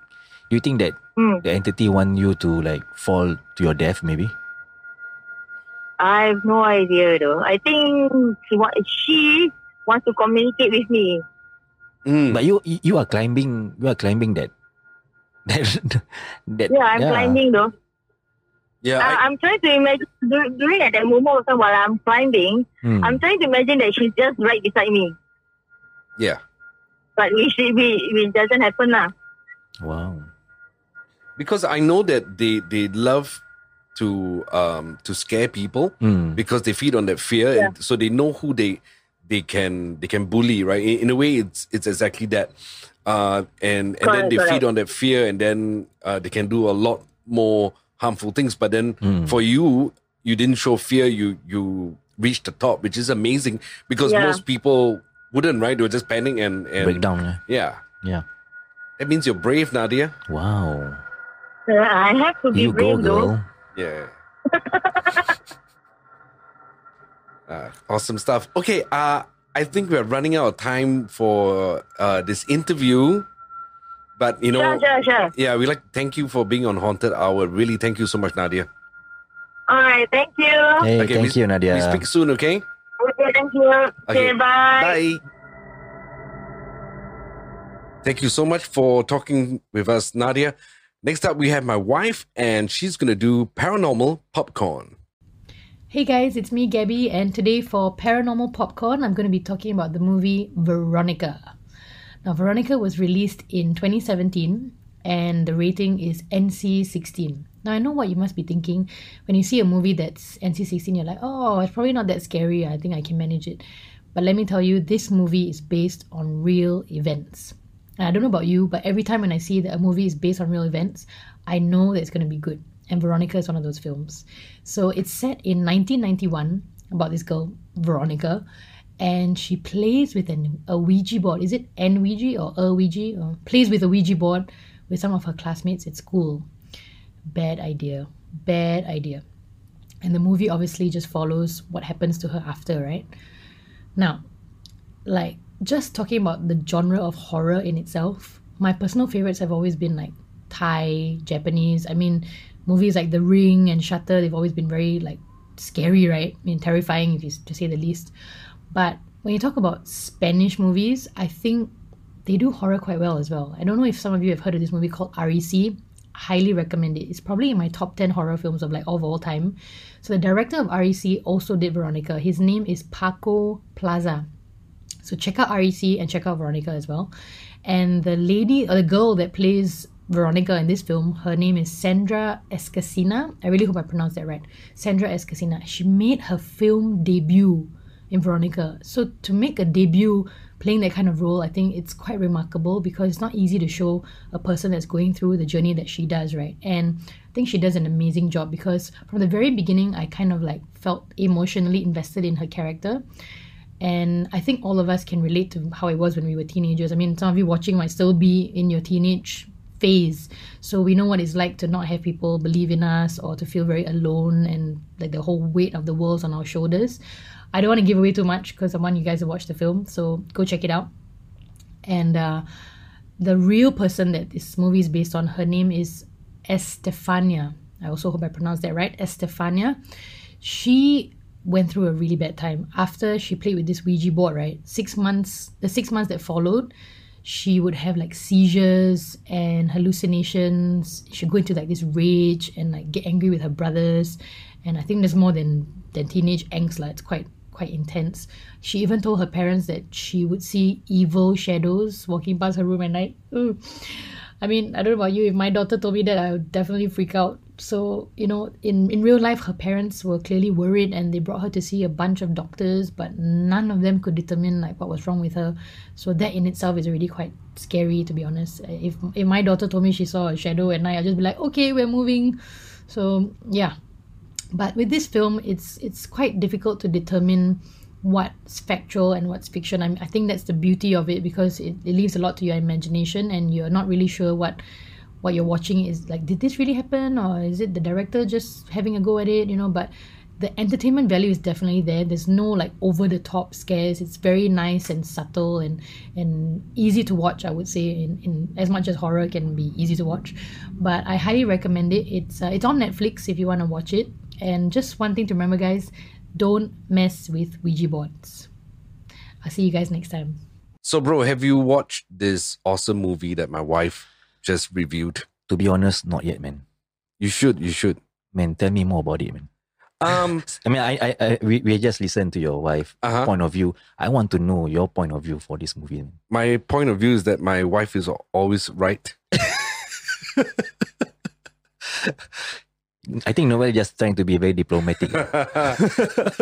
[SPEAKER 2] Do you think that
[SPEAKER 8] Mm.
[SPEAKER 2] the entity want you to like fall to your death, maybe?
[SPEAKER 8] I have no idea though. I think she wa- she wants to communicate with me.
[SPEAKER 1] Hmm.
[SPEAKER 2] But you you are climbing you are climbing that that that
[SPEAKER 8] Yeah, I'm climbing though.
[SPEAKER 1] yeah.
[SPEAKER 8] I,
[SPEAKER 1] I,
[SPEAKER 8] I'm trying to imagine dur- during at that moment also while I'm climbing,
[SPEAKER 2] Hmm.
[SPEAKER 8] I'm trying to imagine that she's just right beside me.
[SPEAKER 1] yeah.
[SPEAKER 8] But we she we, we doesn't happen lah.
[SPEAKER 2] Wow.
[SPEAKER 1] Because I know that they they love to um to scare people.
[SPEAKER 2] Hmm.
[SPEAKER 1] because they feed on that fear and so they know who they they can they can bully right in, in a way it's it's exactly that uh and and then
[SPEAKER 8] Correct,
[SPEAKER 1] they feed
[SPEAKER 8] correct.
[SPEAKER 1] on that fear and then uh, they can do a lot more harmful things but then
[SPEAKER 2] Hmm.
[SPEAKER 1] for you you didn't show fear you you reached the top which is amazing because
[SPEAKER 8] Yeah.
[SPEAKER 1] most people wouldn't right they were just panic and and
[SPEAKER 2] Breakdown. eh?
[SPEAKER 1] yeah
[SPEAKER 2] Yeah.
[SPEAKER 1] that means you're brave nadia
[SPEAKER 2] Wow.
[SPEAKER 8] Uh, I have to be
[SPEAKER 2] You go,
[SPEAKER 8] brave though.
[SPEAKER 2] girl.
[SPEAKER 1] Yeah. uh, awesome stuff. Okay, uh, I think we're running out of time for uh, this interview. But, you know,
[SPEAKER 8] Sure, sure, sure.
[SPEAKER 1] yeah, we like to thank you for being on Haunted Hour. Really, thank you so much, Nadia.
[SPEAKER 8] All right, thank you.
[SPEAKER 2] Hey,
[SPEAKER 1] Okay,
[SPEAKER 2] thank
[SPEAKER 1] we-
[SPEAKER 2] you, Nadia.
[SPEAKER 1] We speak soon, okay?
[SPEAKER 8] Okay, thank you. Okay,
[SPEAKER 1] Okay, Bye. Thank you so much for talking with us, Nadia. Next up, we have my wife, and she's going to do paranormal popcorn.
[SPEAKER 5] Hey guys, it's me, Gabby, and today for Paranormal Popcorn, I'm going to be talking about the movie Veronica. Now, Veronica was released in 2017, and the rating is NC 16. Now, I know what you must be thinking when you see a movie that's NC 16, you're like, oh, it's probably not that scary, I think I can manage it. But let me tell you, this movie is based on real events. And I don't know about you, but every time when I see that a movie is based on real events, I know that it's going to be good. And Veronica is one of those films. So it's set in 1991 about this girl, Veronica, and she plays with an, a Ouija board. Is it an Ouija or a Ouija? Or plays with a Ouija board with some of her classmates at school. Bad idea. Bad idea. And the movie obviously just follows what happens to her after, right? Now, like just talking about the genre of horror in itself, my personal favorites have always been like Thai, Japanese. I mean, movies like The Ring and Shutter, they've always been very like scary, right? I mean, terrifying if you s- to say the least. But when you talk about Spanish movies, I think they do horror quite well as well. I don't know if some of you have heard of this movie called REC. Highly recommend it. It's probably in my top 10 horror films of like of all time. So the director of REC also did Veronica. His name is Paco Plaza. So check out REC and check out Veronica as well. And the lady or the girl that plays Veronica in this film, her name is Sandra Escasina. I really hope I pronounced that right. Sandra Escasina. She made her film debut in Veronica. So to make a debut playing that kind of role, I think it's quite remarkable because it's not easy to show a person that's going through the journey that she does, right? And I think she does an amazing job because from the very beginning I kind of like felt emotionally invested in her character and I think all of us can relate to how it was when we were teenagers. I mean, some of you watching might still be in your teenage phase, so we know what it's like to not have people believe in us or to feel very alone and like the whole weight of the world's on our shoulders. I don't want to give away too much because I want you guys to watch the film, so go check it out. And uh, the real person that this movie is based on, her name is Estefania. I also hope I pronounced that right. Estefania. She went through a really bad time after she played with this Ouija board, right? Six months, the six months that followed, she would have like seizures and hallucinations. She'd go into like this rage and like get angry with her brothers. And I think there's more than than teenage angst, like it's quite quite intense. She even told her parents that she would see evil shadows walking past her room at night. Ooh. I mean, I don't know about you. If my daughter told me that, I would definitely freak out. So you know, in in real life, her parents were clearly worried, and they brought her to see a bunch of doctors, but none of them could determine like what was wrong with her. So that in itself is already quite scary, to be honest. Uh, If if my daughter told me she saw a shadow at night, I'd just be like, okay, we're moving. So yeah, but with this film it's it's quite difficult to determine what's factual and what's fiction I, I think that's the beauty of it because it, it leaves a lot to your imagination and you're not really sure what what you're watching is like did this really happen or is it the director just having a go at it you know but the entertainment value is definitely there there's no like over the top scares it's very nice and subtle and and easy to watch i would say in, in as much as horror can be easy to watch but i highly recommend it it's uh, it's on netflix if you want to watch it and just one thing to remember guys don't mess with ouija boards i'll see you guys next time
[SPEAKER 1] So, bro, have you watched this awesome movie that my wife just reviewed?
[SPEAKER 2] To be honest, not yet, man.
[SPEAKER 1] You should, you should.
[SPEAKER 2] Man, tell me more about it, man.
[SPEAKER 1] Um,
[SPEAKER 2] I mean, I, I, I we, we just listened to your wife
[SPEAKER 1] Uh-huh.
[SPEAKER 2] point of view. I want to know your point of view for this movie. man.
[SPEAKER 1] my point of view is that my wife is al- always right.
[SPEAKER 2] I think nobody just trying to be very diplomatic.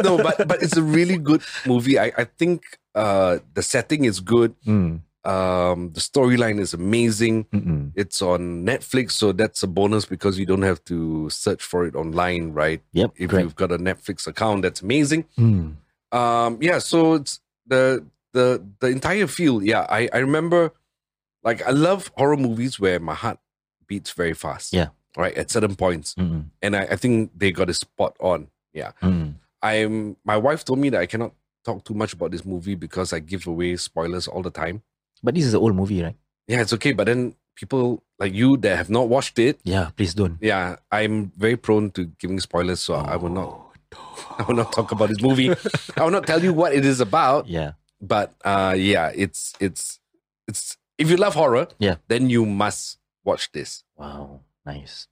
[SPEAKER 1] no, but but it's a really good movie. I I think uh the setting is good.
[SPEAKER 2] Mm,
[SPEAKER 1] Um, the storyline is amazing.
[SPEAKER 2] mm-mm.
[SPEAKER 1] It's on Netflix, so that's a bonus because you don't have to search for it online, right?
[SPEAKER 2] Yep,
[SPEAKER 1] If
[SPEAKER 2] correct.
[SPEAKER 1] you've got a Netflix account, that's amazing.
[SPEAKER 2] Mm.
[SPEAKER 1] um yeah so it's the the the entire field yeah i i remember like i love horror movies where my heart beats very fast
[SPEAKER 2] Yeah.
[SPEAKER 1] right? At certain points.
[SPEAKER 2] Mm,
[SPEAKER 1] And I, I think they got it spot on. Yeah.
[SPEAKER 2] mm.
[SPEAKER 1] I'm my wife told me that I cannot talk too much about this movie because I give away spoilers all the time.
[SPEAKER 2] But this is an old movie, right?
[SPEAKER 1] Yeah, it's okay. But then people like you that have not watched it,
[SPEAKER 2] Yeah, please don't.
[SPEAKER 1] yeah, I'm very prone to giving spoilers, so I will not I will not talk about this movie. I will not tell you what it is about.
[SPEAKER 2] Yeah.
[SPEAKER 1] But uh yeah, it's it's it's if you love horror,
[SPEAKER 2] Yeah.
[SPEAKER 1] then you must watch this.
[SPEAKER 2] Wow. Nice.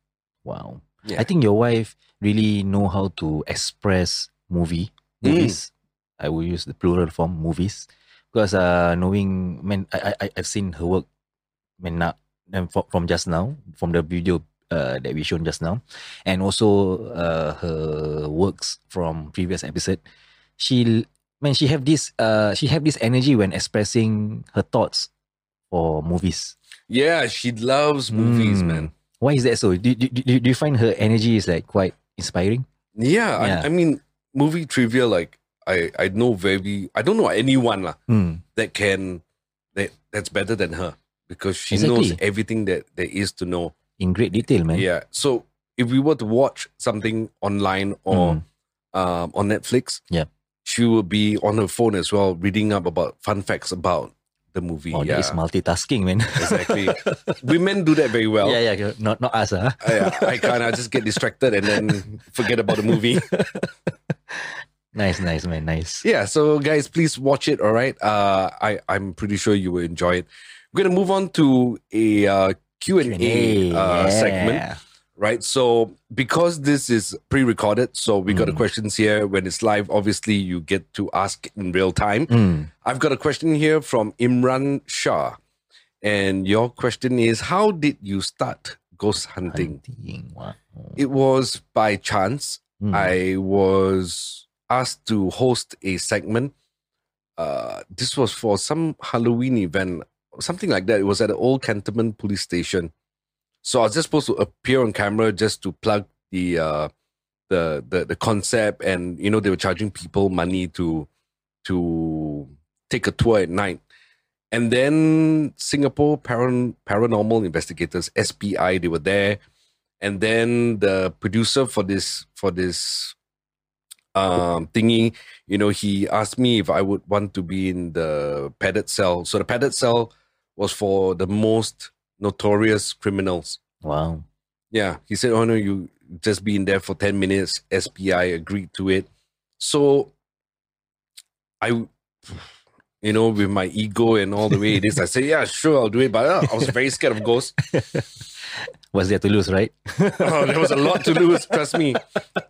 [SPEAKER 2] Wow.
[SPEAKER 1] Yeah.
[SPEAKER 2] I think your wife really know how to express movie
[SPEAKER 1] Mm.
[SPEAKER 2] movies. I will use the plural form movies because uh, knowing man, I I I- I've seen her work, man, not and from, from just now from the video uh, that we shown just now, and also uh, her works from previous episode. She man, she have this uh she have this energy when expressing her thoughts for movies.
[SPEAKER 1] Yeah, she loves movies,
[SPEAKER 2] Mm.
[SPEAKER 1] man.
[SPEAKER 2] Why is that so? Do, do, do, do you find her energy is like quite inspiring?
[SPEAKER 1] Yeah,
[SPEAKER 2] Yeah.
[SPEAKER 1] I, I mean, movie trivia. Like, I I know very. I don't know anyone lah
[SPEAKER 2] Mm.
[SPEAKER 1] that can that that's better than her because she knows
[SPEAKER 2] Exactly.
[SPEAKER 1] everything that there is to know.
[SPEAKER 2] In great detail, man.
[SPEAKER 1] Yeah. So if we were to watch something online or
[SPEAKER 2] Mm.
[SPEAKER 1] um, on Netflix,
[SPEAKER 2] Yeah.
[SPEAKER 1] she will be on her phone as well, reading up about fun facts about the movie.
[SPEAKER 2] Oh,
[SPEAKER 1] yeah,
[SPEAKER 2] that is multitasking, man.
[SPEAKER 1] exactly. Women do that very well.
[SPEAKER 2] yeah, yeah. Not not us, huh?
[SPEAKER 1] Oh. I, I kind of just get distracted and then forget about the movie.
[SPEAKER 2] Nice, nice, man. Nice.
[SPEAKER 1] yeah so guys please watch it all right uh i i'm pretty sure you will enjoy it we're gonna move on to a uh, q&a,
[SPEAKER 2] Q&A,
[SPEAKER 1] uh,
[SPEAKER 2] yeah.
[SPEAKER 1] segment right so because this is pre-recorded so we got the
[SPEAKER 2] Mm.
[SPEAKER 1] questions here when it's live obviously you get to ask in real time
[SPEAKER 2] Mm.
[SPEAKER 1] i've got a question here from imran shah and your question is how did you start ghost hunting
[SPEAKER 2] Hunting, Wow.
[SPEAKER 1] it was by chance
[SPEAKER 2] Mm.
[SPEAKER 1] I was asked to host a segment. Uh, this was for some Halloween event, something like that. It was at the old Cantonment police station. So I was just supposed to appear on camera just to plug the uh, the, the the concept, and you know they were charging people money to to take a tour at night. And then Singapore Paran- Paranormal Investigators (SPI) they were there, and then the producer for this for this um thingy you know he asked me if i would want to be in the padded cell so the padded cell was for the most notorious criminals
[SPEAKER 2] wow.
[SPEAKER 1] yeah he said oh no you just be in there for 10 minutes spi agreed to it so i you know with my ego and all the way it is i said yeah sure i'll do it but uh, i was very scared of ghosts
[SPEAKER 2] What's there to lose, right?
[SPEAKER 1] oh, there was a lot to lose trust me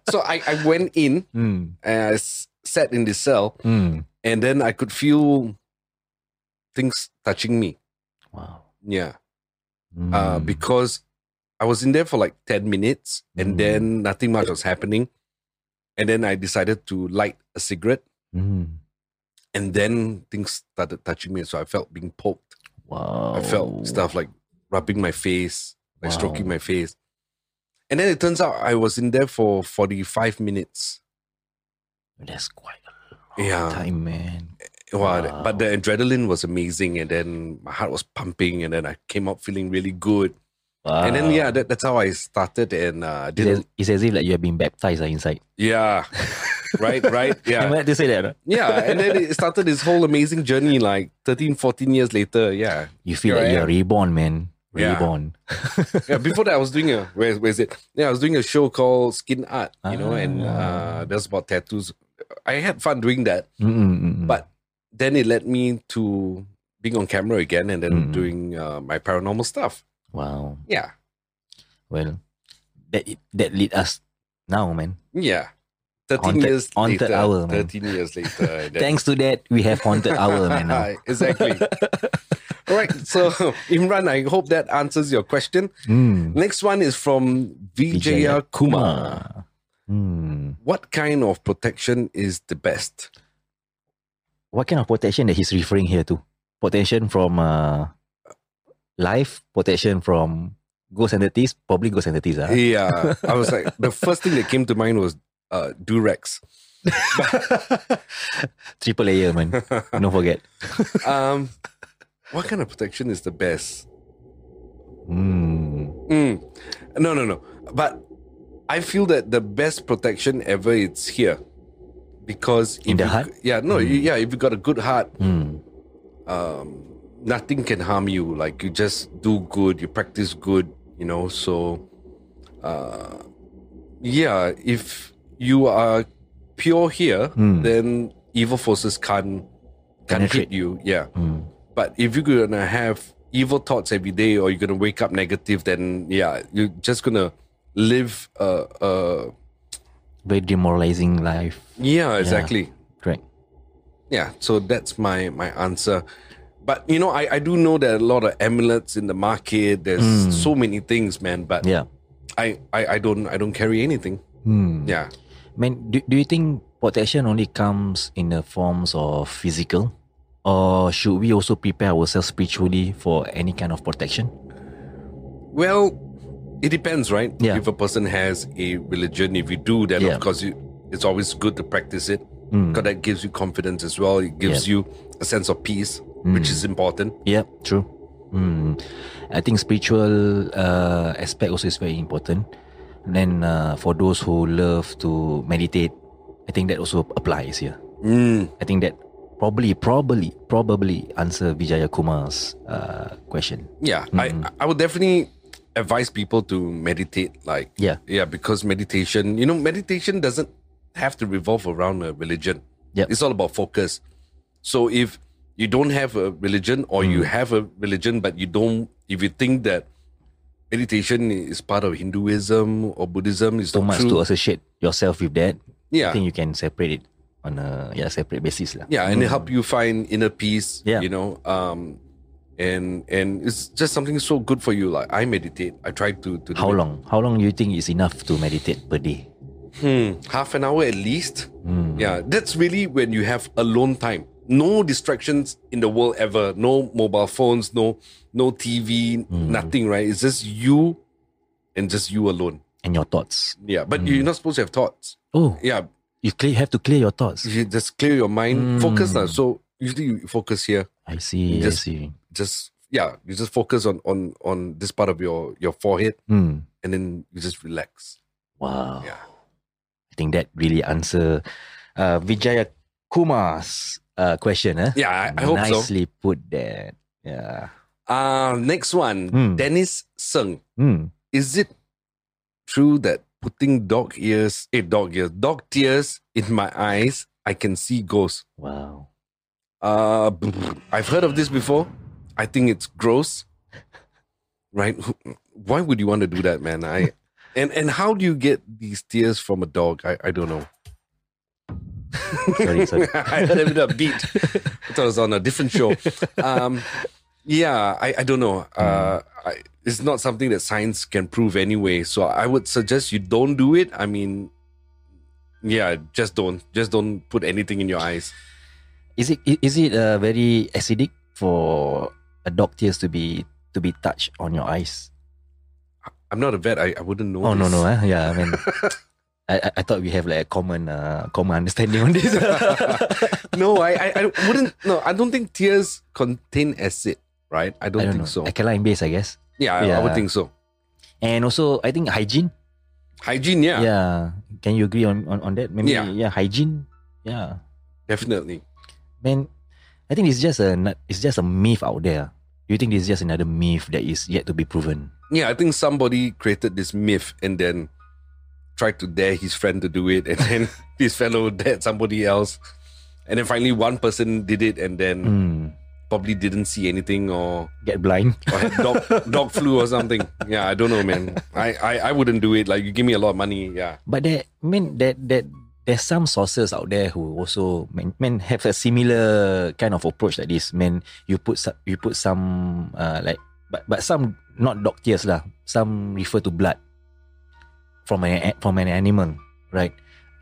[SPEAKER 1] so i, I went in
[SPEAKER 2] Mm.
[SPEAKER 1] uh, s- sat in the cell,
[SPEAKER 2] Mm.
[SPEAKER 1] and then I could feel things touching me.
[SPEAKER 2] Wow.
[SPEAKER 1] Yeah, uh,
[SPEAKER 2] Mm.
[SPEAKER 1] because I was in there for like ten minutes, and
[SPEAKER 2] Mm.
[SPEAKER 1] then nothing much was happening, and then I decided to light a cigarette,
[SPEAKER 2] Mm.
[SPEAKER 1] and then things started touching me, so I felt being poked.
[SPEAKER 2] Wow.
[SPEAKER 1] I felt stuff like rubbing my face, like stroking
[SPEAKER 2] Oh.
[SPEAKER 1] my
[SPEAKER 2] Wow.
[SPEAKER 1] face. And then it turns out I was in there for 45 minutes.
[SPEAKER 2] That's quite a long
[SPEAKER 1] Yeah.
[SPEAKER 2] time, man.
[SPEAKER 1] Wow. th- But
[SPEAKER 2] Wow.
[SPEAKER 1] the adrenaline was amazing, and then my heart was pumping, and then I came out feeling really good.
[SPEAKER 2] Wow.
[SPEAKER 1] And then yeah, that, that's how I started, and uh,
[SPEAKER 2] It's as,
[SPEAKER 1] did
[SPEAKER 2] it's as if like you have been baptized uh, inside.
[SPEAKER 1] yeah, right, right,
[SPEAKER 2] Am
[SPEAKER 1] yeah,
[SPEAKER 2] I right to say that? right?
[SPEAKER 1] yeah. And then it started this whole amazing journey, like 13, 14 years later. Yeah,
[SPEAKER 2] You feel
[SPEAKER 1] Here
[SPEAKER 2] like
[SPEAKER 1] I
[SPEAKER 2] you are reborn, man.
[SPEAKER 1] Yeah.
[SPEAKER 2] Reborn.
[SPEAKER 1] yeah. Before that, I was doing a where, where is it? Yeah, I was doing a show called Skin Art, you know, and
[SPEAKER 2] Ah.
[SPEAKER 1] uh, that's about tattoos. I had fun doing that.
[SPEAKER 2] Mm-mm-mm.
[SPEAKER 1] But Then it led me to being on camera again, and then
[SPEAKER 2] Mm.
[SPEAKER 1] doing uh, my paranormal stuff.
[SPEAKER 2] wow,
[SPEAKER 1] Yeah,
[SPEAKER 2] well, that that lead us now, man.
[SPEAKER 1] Yeah. 13
[SPEAKER 2] Haunted-
[SPEAKER 1] years later.
[SPEAKER 2] haunted hour, man.
[SPEAKER 1] 13 years later. and then-
[SPEAKER 2] Thanks to that, we have haunted hour, man. Now.
[SPEAKER 1] exactly. All right. So, Imran, I hope that answers your question.
[SPEAKER 2] Mm.
[SPEAKER 1] Next one is from Vijaya, Kumar.
[SPEAKER 2] Mm.
[SPEAKER 1] What kind of protection is the best?
[SPEAKER 2] What kind of protection that he's referring here to? Protection from uh, life, protection from ghost entities, probably ghost entities. Ah,
[SPEAKER 1] Yeah. I was like, the first thing that came to mind was uh, Durex.
[SPEAKER 2] Triple layer, man. Don't forget.
[SPEAKER 1] um, what kind of protection is the best?
[SPEAKER 2] Mm.
[SPEAKER 1] Mm. No, no, no. But I feel that the best protection ever is here, because
[SPEAKER 2] In
[SPEAKER 1] if
[SPEAKER 2] the
[SPEAKER 1] you-
[SPEAKER 2] heart? Mm.
[SPEAKER 1] Yeah, no, you, yeah. If you got a good heart,
[SPEAKER 2] Hmm.
[SPEAKER 1] um, nothing can harm you. Like you just do good, you practice good, you know. So, uh, yeah, if you are pure here,
[SPEAKER 2] Hmm.
[SPEAKER 1] then evil forces can't can't hit
[SPEAKER 2] Penetrate.
[SPEAKER 1] you. Yeah,
[SPEAKER 2] Hmm.
[SPEAKER 1] but if you're gonna have evil thoughts every day, or you're gonna wake up negative, then yeah, you're just gonna live. Uh, uh,
[SPEAKER 2] Very demoralizing life.
[SPEAKER 1] yeah, exactly.
[SPEAKER 2] Correct.
[SPEAKER 1] yeah so that's my my answer but you know i i do know there are a lot of amulets in the market there's so many things man but
[SPEAKER 2] Hmm. Yeah.
[SPEAKER 1] I, I i don't i don't carry anything
[SPEAKER 2] Hmm.
[SPEAKER 1] yeah
[SPEAKER 2] Man, do, do you think protection only comes in the forms of physical? Or should we also prepare ourselves spiritually for any kind of protection?
[SPEAKER 1] well it depends right
[SPEAKER 2] Yeah.
[SPEAKER 1] if a person has a religion if you do then
[SPEAKER 2] Yeah.
[SPEAKER 1] of course you, it's always good to practice it
[SPEAKER 2] Mm.
[SPEAKER 1] because that gives you confidence as well it gives you a sense of peace
[SPEAKER 2] Mm.
[SPEAKER 1] which is important
[SPEAKER 2] Yeah, true. Hmm. I think spiritual uh, aspect also is very important. And then uh, for those who love to meditate, I think that also applies here.
[SPEAKER 1] Mm,
[SPEAKER 2] I think that probably, probably, probably answer Vijaya Kumar's uh, question.
[SPEAKER 1] yeah i
[SPEAKER 2] Mm-hmm.
[SPEAKER 1] i would definitely advise people to meditate like
[SPEAKER 2] Yeah.
[SPEAKER 1] Yeah, because meditation, you know, meditation doesn't have to revolve around a religion.
[SPEAKER 2] Yep.
[SPEAKER 1] It's all about focus. So if you don't have a religion or you
[SPEAKER 2] Mm.
[SPEAKER 1] have a religion but you don't if you think that meditation is part of Hinduism or Buddhism is
[SPEAKER 2] So
[SPEAKER 1] not
[SPEAKER 2] much
[SPEAKER 1] true.
[SPEAKER 2] to associate yourself with that.
[SPEAKER 1] yeah.
[SPEAKER 2] I think you can separate it on a yeah separate basis lah.
[SPEAKER 1] Yeah, and it help you find inner peace.
[SPEAKER 2] Mm. Yeah.
[SPEAKER 1] You know, um and and it's just something so good for you. Like I meditate. I try to, to do
[SPEAKER 2] How
[SPEAKER 1] it.
[SPEAKER 2] long? How long you think is enough to meditate per day?
[SPEAKER 1] Hmm, half an hour at least.
[SPEAKER 2] Hmm.
[SPEAKER 1] Yeah, that's really when you have alone time. No distractions in the world ever. No mobile phones, no no TV,
[SPEAKER 2] Hmm.
[SPEAKER 1] nothing, right? It's just you and just you alone.
[SPEAKER 2] And your thoughts?
[SPEAKER 1] Yeah, but you're
[SPEAKER 2] Hmm.
[SPEAKER 1] not supposed to have thoughts.
[SPEAKER 2] Oh,
[SPEAKER 1] Yeah,
[SPEAKER 2] you clear, have to clear your thoughts.
[SPEAKER 1] you just clear your mind, focus. lah.
[SPEAKER 2] Hmm.
[SPEAKER 1] So usually you focus here.
[SPEAKER 2] I see.
[SPEAKER 1] Just-
[SPEAKER 2] I see.
[SPEAKER 1] Just yeah, you just focus on on on this part of your your forehead
[SPEAKER 2] Hmm.
[SPEAKER 1] and then you just relax.
[SPEAKER 2] Wow.
[SPEAKER 1] Yeah.
[SPEAKER 2] I think that really answer uh, Vijaya Kumar's uh, question. Eh?
[SPEAKER 1] Yeah, I, I hope so.
[SPEAKER 2] Nicely put there. Yeah.
[SPEAKER 1] Uh next one,
[SPEAKER 2] Hmm.
[SPEAKER 1] Dennis Sung.
[SPEAKER 2] Hmm.
[SPEAKER 1] is it true that putting dog ears, eh, dog ears, dog tears in my eyes, I can see ghosts?
[SPEAKER 2] Wow.
[SPEAKER 1] Uh, I've heard of this before. I think it's gross, right? Why would you want to do that, man? I and and how do you get these tears from a dog? I, I don't know.
[SPEAKER 2] Sorry, sorry.
[SPEAKER 1] I heard it a beat. I thought it was on a different show. Um, yeah, I, I don't know. Uh, I, it's not something that science can prove anyway. So I would suggest you don't do it. I mean, yeah, just don't. Just don't put anything in your eyes.
[SPEAKER 2] Is it i- is it uh, very acidic for a dog tears to be to be touched on your eyes?
[SPEAKER 1] I'm not a vet. I, I wouldn't know.
[SPEAKER 2] Oh no
[SPEAKER 1] this.
[SPEAKER 2] no eh? yeah I mean I, I- I thought we have like a common uh, common understanding on this.
[SPEAKER 1] no, I, I, I wouldn't. No, I don't think tears contain acid, right? I don't,
[SPEAKER 2] I don't
[SPEAKER 1] think so.
[SPEAKER 2] know. Alkaline base I guess.
[SPEAKER 1] yeah, I- I would
[SPEAKER 2] Yeah.
[SPEAKER 1] think so.
[SPEAKER 2] And also I think hygiene.
[SPEAKER 1] Hygiene, yeah,
[SPEAKER 2] Yeah. Can you agree on, on, on that? Maybe
[SPEAKER 1] Yeah.
[SPEAKER 2] yeah. hygiene. Yeah.
[SPEAKER 1] definitely.
[SPEAKER 2] Man, I think it's just a nut- it's just a myth out there. You think this is just another myth that is yet to be proven?
[SPEAKER 1] Yeah, I think somebody created this myth and then tried to dare his friend to do it, and then his fellow dared somebody else, and then finally one person did it, and then
[SPEAKER 2] Hmm.
[SPEAKER 1] probably didn't see anything or
[SPEAKER 2] Get blind.
[SPEAKER 1] or had dog, dog flu or something. Yeah, I don't know, man. I, I, I wouldn't do it. Like, you give me a lot of money. Yeah.
[SPEAKER 2] But there, I mean, that that there's some sources out there who also man, man have a similar kind of approach like this. Man, you put some, you put some uh, like, but but some not dog tears lah. Some refer to blood from an a- from an animal, right?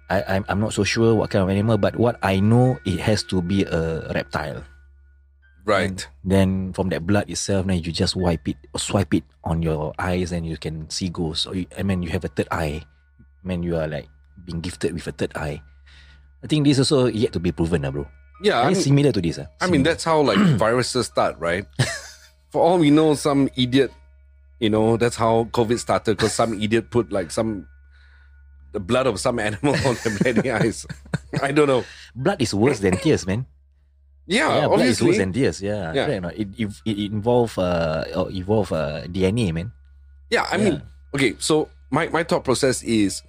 [SPEAKER 2] I I'm, I'm not so sure what kind of animal, but what I know it has to be a reptile. Mm.
[SPEAKER 1] Right.
[SPEAKER 2] Then from that blood itself, then you just wipe it, swipe it on your eyes, and you can see ghosts. Or you, I mean, you have a third eye. I mean, you are like being gifted with a third eye. I think this also yet to be proven, lah, bro.
[SPEAKER 1] Yeah. I
[SPEAKER 2] it's
[SPEAKER 1] mean,
[SPEAKER 2] similar to this. ah.
[SPEAKER 1] I mean, that's how like viruses start, right? For all we know, some idiot You know, that's how COVID started because some idiot put like some the blood of some animal on the bloody eyes. I don't know.
[SPEAKER 2] Blood is worse than tears, man.
[SPEAKER 1] Yeah,
[SPEAKER 2] yeah, blood is
[SPEAKER 1] Ah, obviously.
[SPEAKER 2] worse than tears. Yeah,
[SPEAKER 1] Yeah.
[SPEAKER 2] correct or not? It, it, it involve uh or evolve uh DNA, man.
[SPEAKER 1] yeah, I mean, okay, so my, my thought process is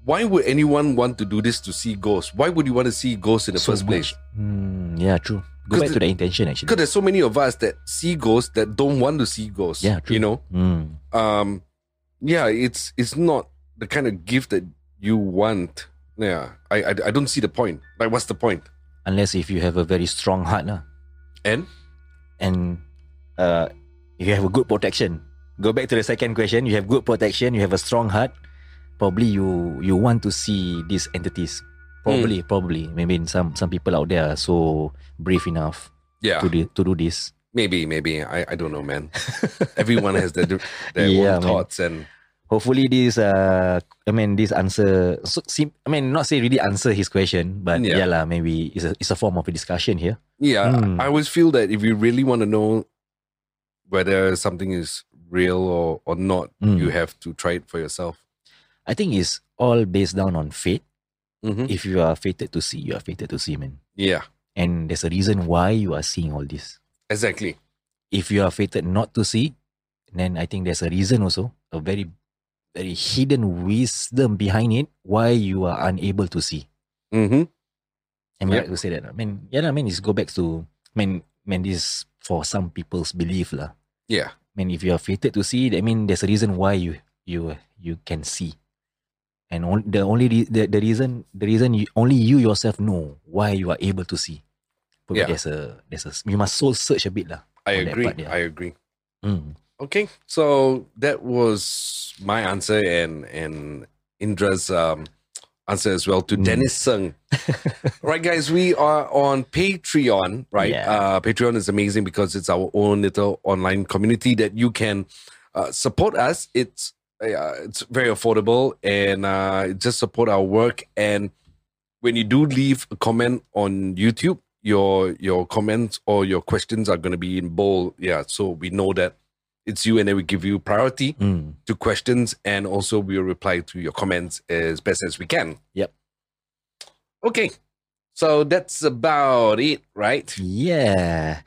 [SPEAKER 1] why would anyone want to do this to see ghosts? Why would you want to see ghosts in the
[SPEAKER 2] So
[SPEAKER 1] first
[SPEAKER 2] much.
[SPEAKER 1] place?
[SPEAKER 2] Hmm, yeah, true. Go
[SPEAKER 1] 'Cause the-
[SPEAKER 2] back to the intention
[SPEAKER 1] Because
[SPEAKER 2] actually.
[SPEAKER 1] there's so many of us that see ghosts that don't want to see ghosts.
[SPEAKER 2] Yeah,
[SPEAKER 1] You
[SPEAKER 2] true.
[SPEAKER 1] know?
[SPEAKER 2] Hmm.
[SPEAKER 1] um yeah it's it's not the kind of gift that you want yeah i i, I don't see the point like what's the point
[SPEAKER 2] Unless if you have a very strong heart, lah.
[SPEAKER 1] and
[SPEAKER 2] and uh, you have a good protection. Go back to the second question. You have good protection. You have a strong heart. Probably you you want to see these entities. Probably, probably. Maybe in some some people out there are so brave enough
[SPEAKER 1] yeah
[SPEAKER 2] to do, to do this.
[SPEAKER 1] maybe maybe i i don't know man everyone has their, their own
[SPEAKER 2] Yeah, man.
[SPEAKER 1] thoughts and
[SPEAKER 2] Hopefully, this uh, I mean, this answer. So, sim- I mean, not say really answer his question, but
[SPEAKER 1] Yeah.
[SPEAKER 2] yeah, lah. Maybe it's a it's a form of a discussion here.
[SPEAKER 1] yeah
[SPEAKER 2] Hmm.
[SPEAKER 1] i always feel that if you really want to know whether something is real or or not
[SPEAKER 2] Hmm.
[SPEAKER 1] you have to try it for yourself
[SPEAKER 2] I think it's all based down on fate.
[SPEAKER 1] Mhm.
[SPEAKER 2] If you are fated to see, you are fated to see, man.
[SPEAKER 1] yeah
[SPEAKER 2] And there's a reason why you are seeing all this.
[SPEAKER 1] exactly
[SPEAKER 2] if you are fated not to see, then I think there's a reason also, a very, very hidden wisdom behind it why you are unable to see.
[SPEAKER 1] hmm
[SPEAKER 2] Am I
[SPEAKER 1] Yep.
[SPEAKER 2] right to say that? I mean, yeah, lah, I mean, it's go back to, I mean, I mean, this is for some people's belief, lah.
[SPEAKER 1] yeah
[SPEAKER 2] I mean, if you are fated to see, that mean there's a reason why you you you can see, and on, the only re- the, the reason the reason you, only you yourself know why you are able to see. Probably
[SPEAKER 1] Yeah.
[SPEAKER 2] there's a there's a you must soul search a bit, lah.
[SPEAKER 1] i
[SPEAKER 2] On that
[SPEAKER 1] agree
[SPEAKER 2] part, yeah.
[SPEAKER 1] i agree
[SPEAKER 2] Mm.
[SPEAKER 1] Okay, so that was my answer and and Indra's um, answer as well to
[SPEAKER 2] Mm.
[SPEAKER 1] Dennis Sung. right, guys, we are on Patreon. Right,
[SPEAKER 2] Yeah.
[SPEAKER 1] uh, Patreon is amazing because it's our own little online community that you can uh, support us. It's uh, it's very affordable and uh, just support our work. And when you do leave a comment on YouTube, your your comments or your questions are going to be in bold. Yeah, so we know that it's you, and then we give you priority
[SPEAKER 2] Mm.
[SPEAKER 1] to questions, and also we'll reply to your comments as best as we can.
[SPEAKER 2] Yep.
[SPEAKER 1] Okay, so that's about it, right?
[SPEAKER 2] Yeah,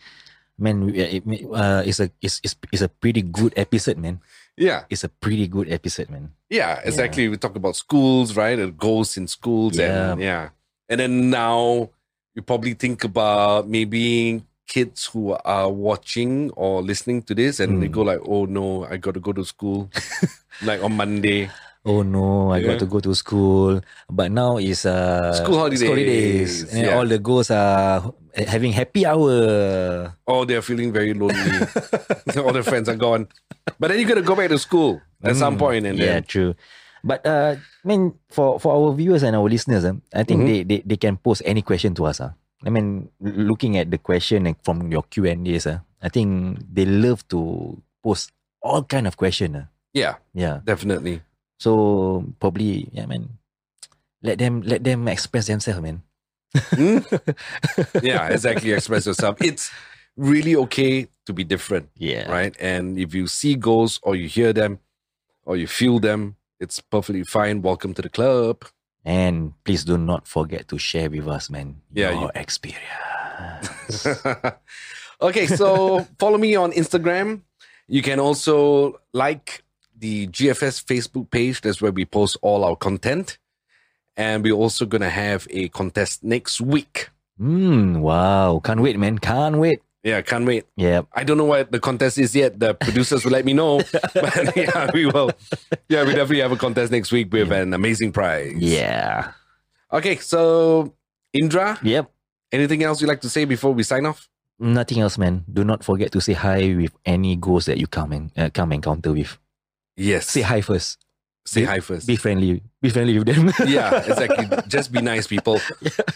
[SPEAKER 2] man, we- uh, it, uh, it's a it's, it's it's a pretty good episode, man.
[SPEAKER 1] Yeah,
[SPEAKER 2] It's a pretty good episode, man.
[SPEAKER 1] yeah, exactly. We talk about schools, right? And goals in schools, and yeah, and then now you probably think about maybe kids who are watching or listening to this, and they
[SPEAKER 2] Mm.
[SPEAKER 1] go like, "Oh no, I got to go to school." like on Monday,
[SPEAKER 2] Oh no, I
[SPEAKER 1] Yeah.
[SPEAKER 2] got to go to school, but now it's uh
[SPEAKER 1] School holidays,
[SPEAKER 2] and
[SPEAKER 1] yeah.
[SPEAKER 2] all the girls are having happy hour.
[SPEAKER 1] oh, they're feeling very lonely. all their friends are gone. But then you gotta go back to school at some
[SPEAKER 2] Mm,
[SPEAKER 1] point, and
[SPEAKER 2] yeah,
[SPEAKER 1] then
[SPEAKER 2] true. But uh, I mean, for for our viewers and our listeners, um, I think
[SPEAKER 1] Mhm.
[SPEAKER 2] they, they they can post any question to us. Uh. I mean, l- looking at the question and from your Q and A's, uh, I think they love to post all kind of question. Uh.
[SPEAKER 1] yeah,
[SPEAKER 2] Yeah.
[SPEAKER 1] definitely.
[SPEAKER 2] So probably, yeah, man. Let them let them express themselves, man.
[SPEAKER 1] Hmm? yeah, exactly. Express yourself. It's really okay to be different,
[SPEAKER 2] Yeah.
[SPEAKER 1] right? And if you see goals or you hear them or you feel them, it's perfectly fine. Welcome to the club.
[SPEAKER 2] And please do not forget to share with us, man.
[SPEAKER 1] Yeah,
[SPEAKER 2] Your experience.
[SPEAKER 1] okay, so follow me on Instagram. You can also like the GFS Facebook page. That's where we post all our content. And we're also going to have a contest next week.
[SPEAKER 2] Hmm. Wow. Can't wait, man. Can't wait.
[SPEAKER 1] Yeah, can't wait.
[SPEAKER 2] Yeah.
[SPEAKER 1] I don't know what the contest is yet. The producers will let me know. But yeah, we will. Yeah, we definitely have a contest next week with an amazing prize.
[SPEAKER 2] Yeah.
[SPEAKER 1] Okay, so Indra,
[SPEAKER 2] Yep.
[SPEAKER 1] anything else you'd like to say before we sign off?
[SPEAKER 2] Nothing else, man. Do not forget to say hi with any ghost that you come and uh, come encounter with.
[SPEAKER 1] Yes.
[SPEAKER 2] Say hi first.
[SPEAKER 1] Say hi first.
[SPEAKER 2] Be friendly. Be friendly with them.
[SPEAKER 1] yeah, exactly. Just be nice, people.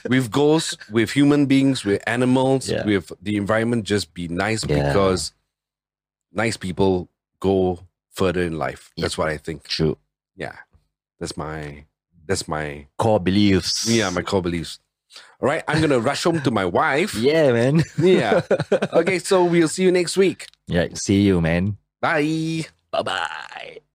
[SPEAKER 1] With ghosts, with human beings, with animals,
[SPEAKER 2] Yeah.
[SPEAKER 1] with the environment, just be nice
[SPEAKER 2] Yeah.
[SPEAKER 1] because nice people go further in life. That's what I think.
[SPEAKER 2] True.
[SPEAKER 1] Yeah, that's my that's my
[SPEAKER 2] Core beliefs.
[SPEAKER 1] yeah my core beliefs. All right, I'm gonna rush home to my wife.
[SPEAKER 2] Yeah, man.
[SPEAKER 1] yeah. Okay, so we'll see you next week.
[SPEAKER 2] Yeah. See you, man.
[SPEAKER 1] Bye.
[SPEAKER 2] Bye bye.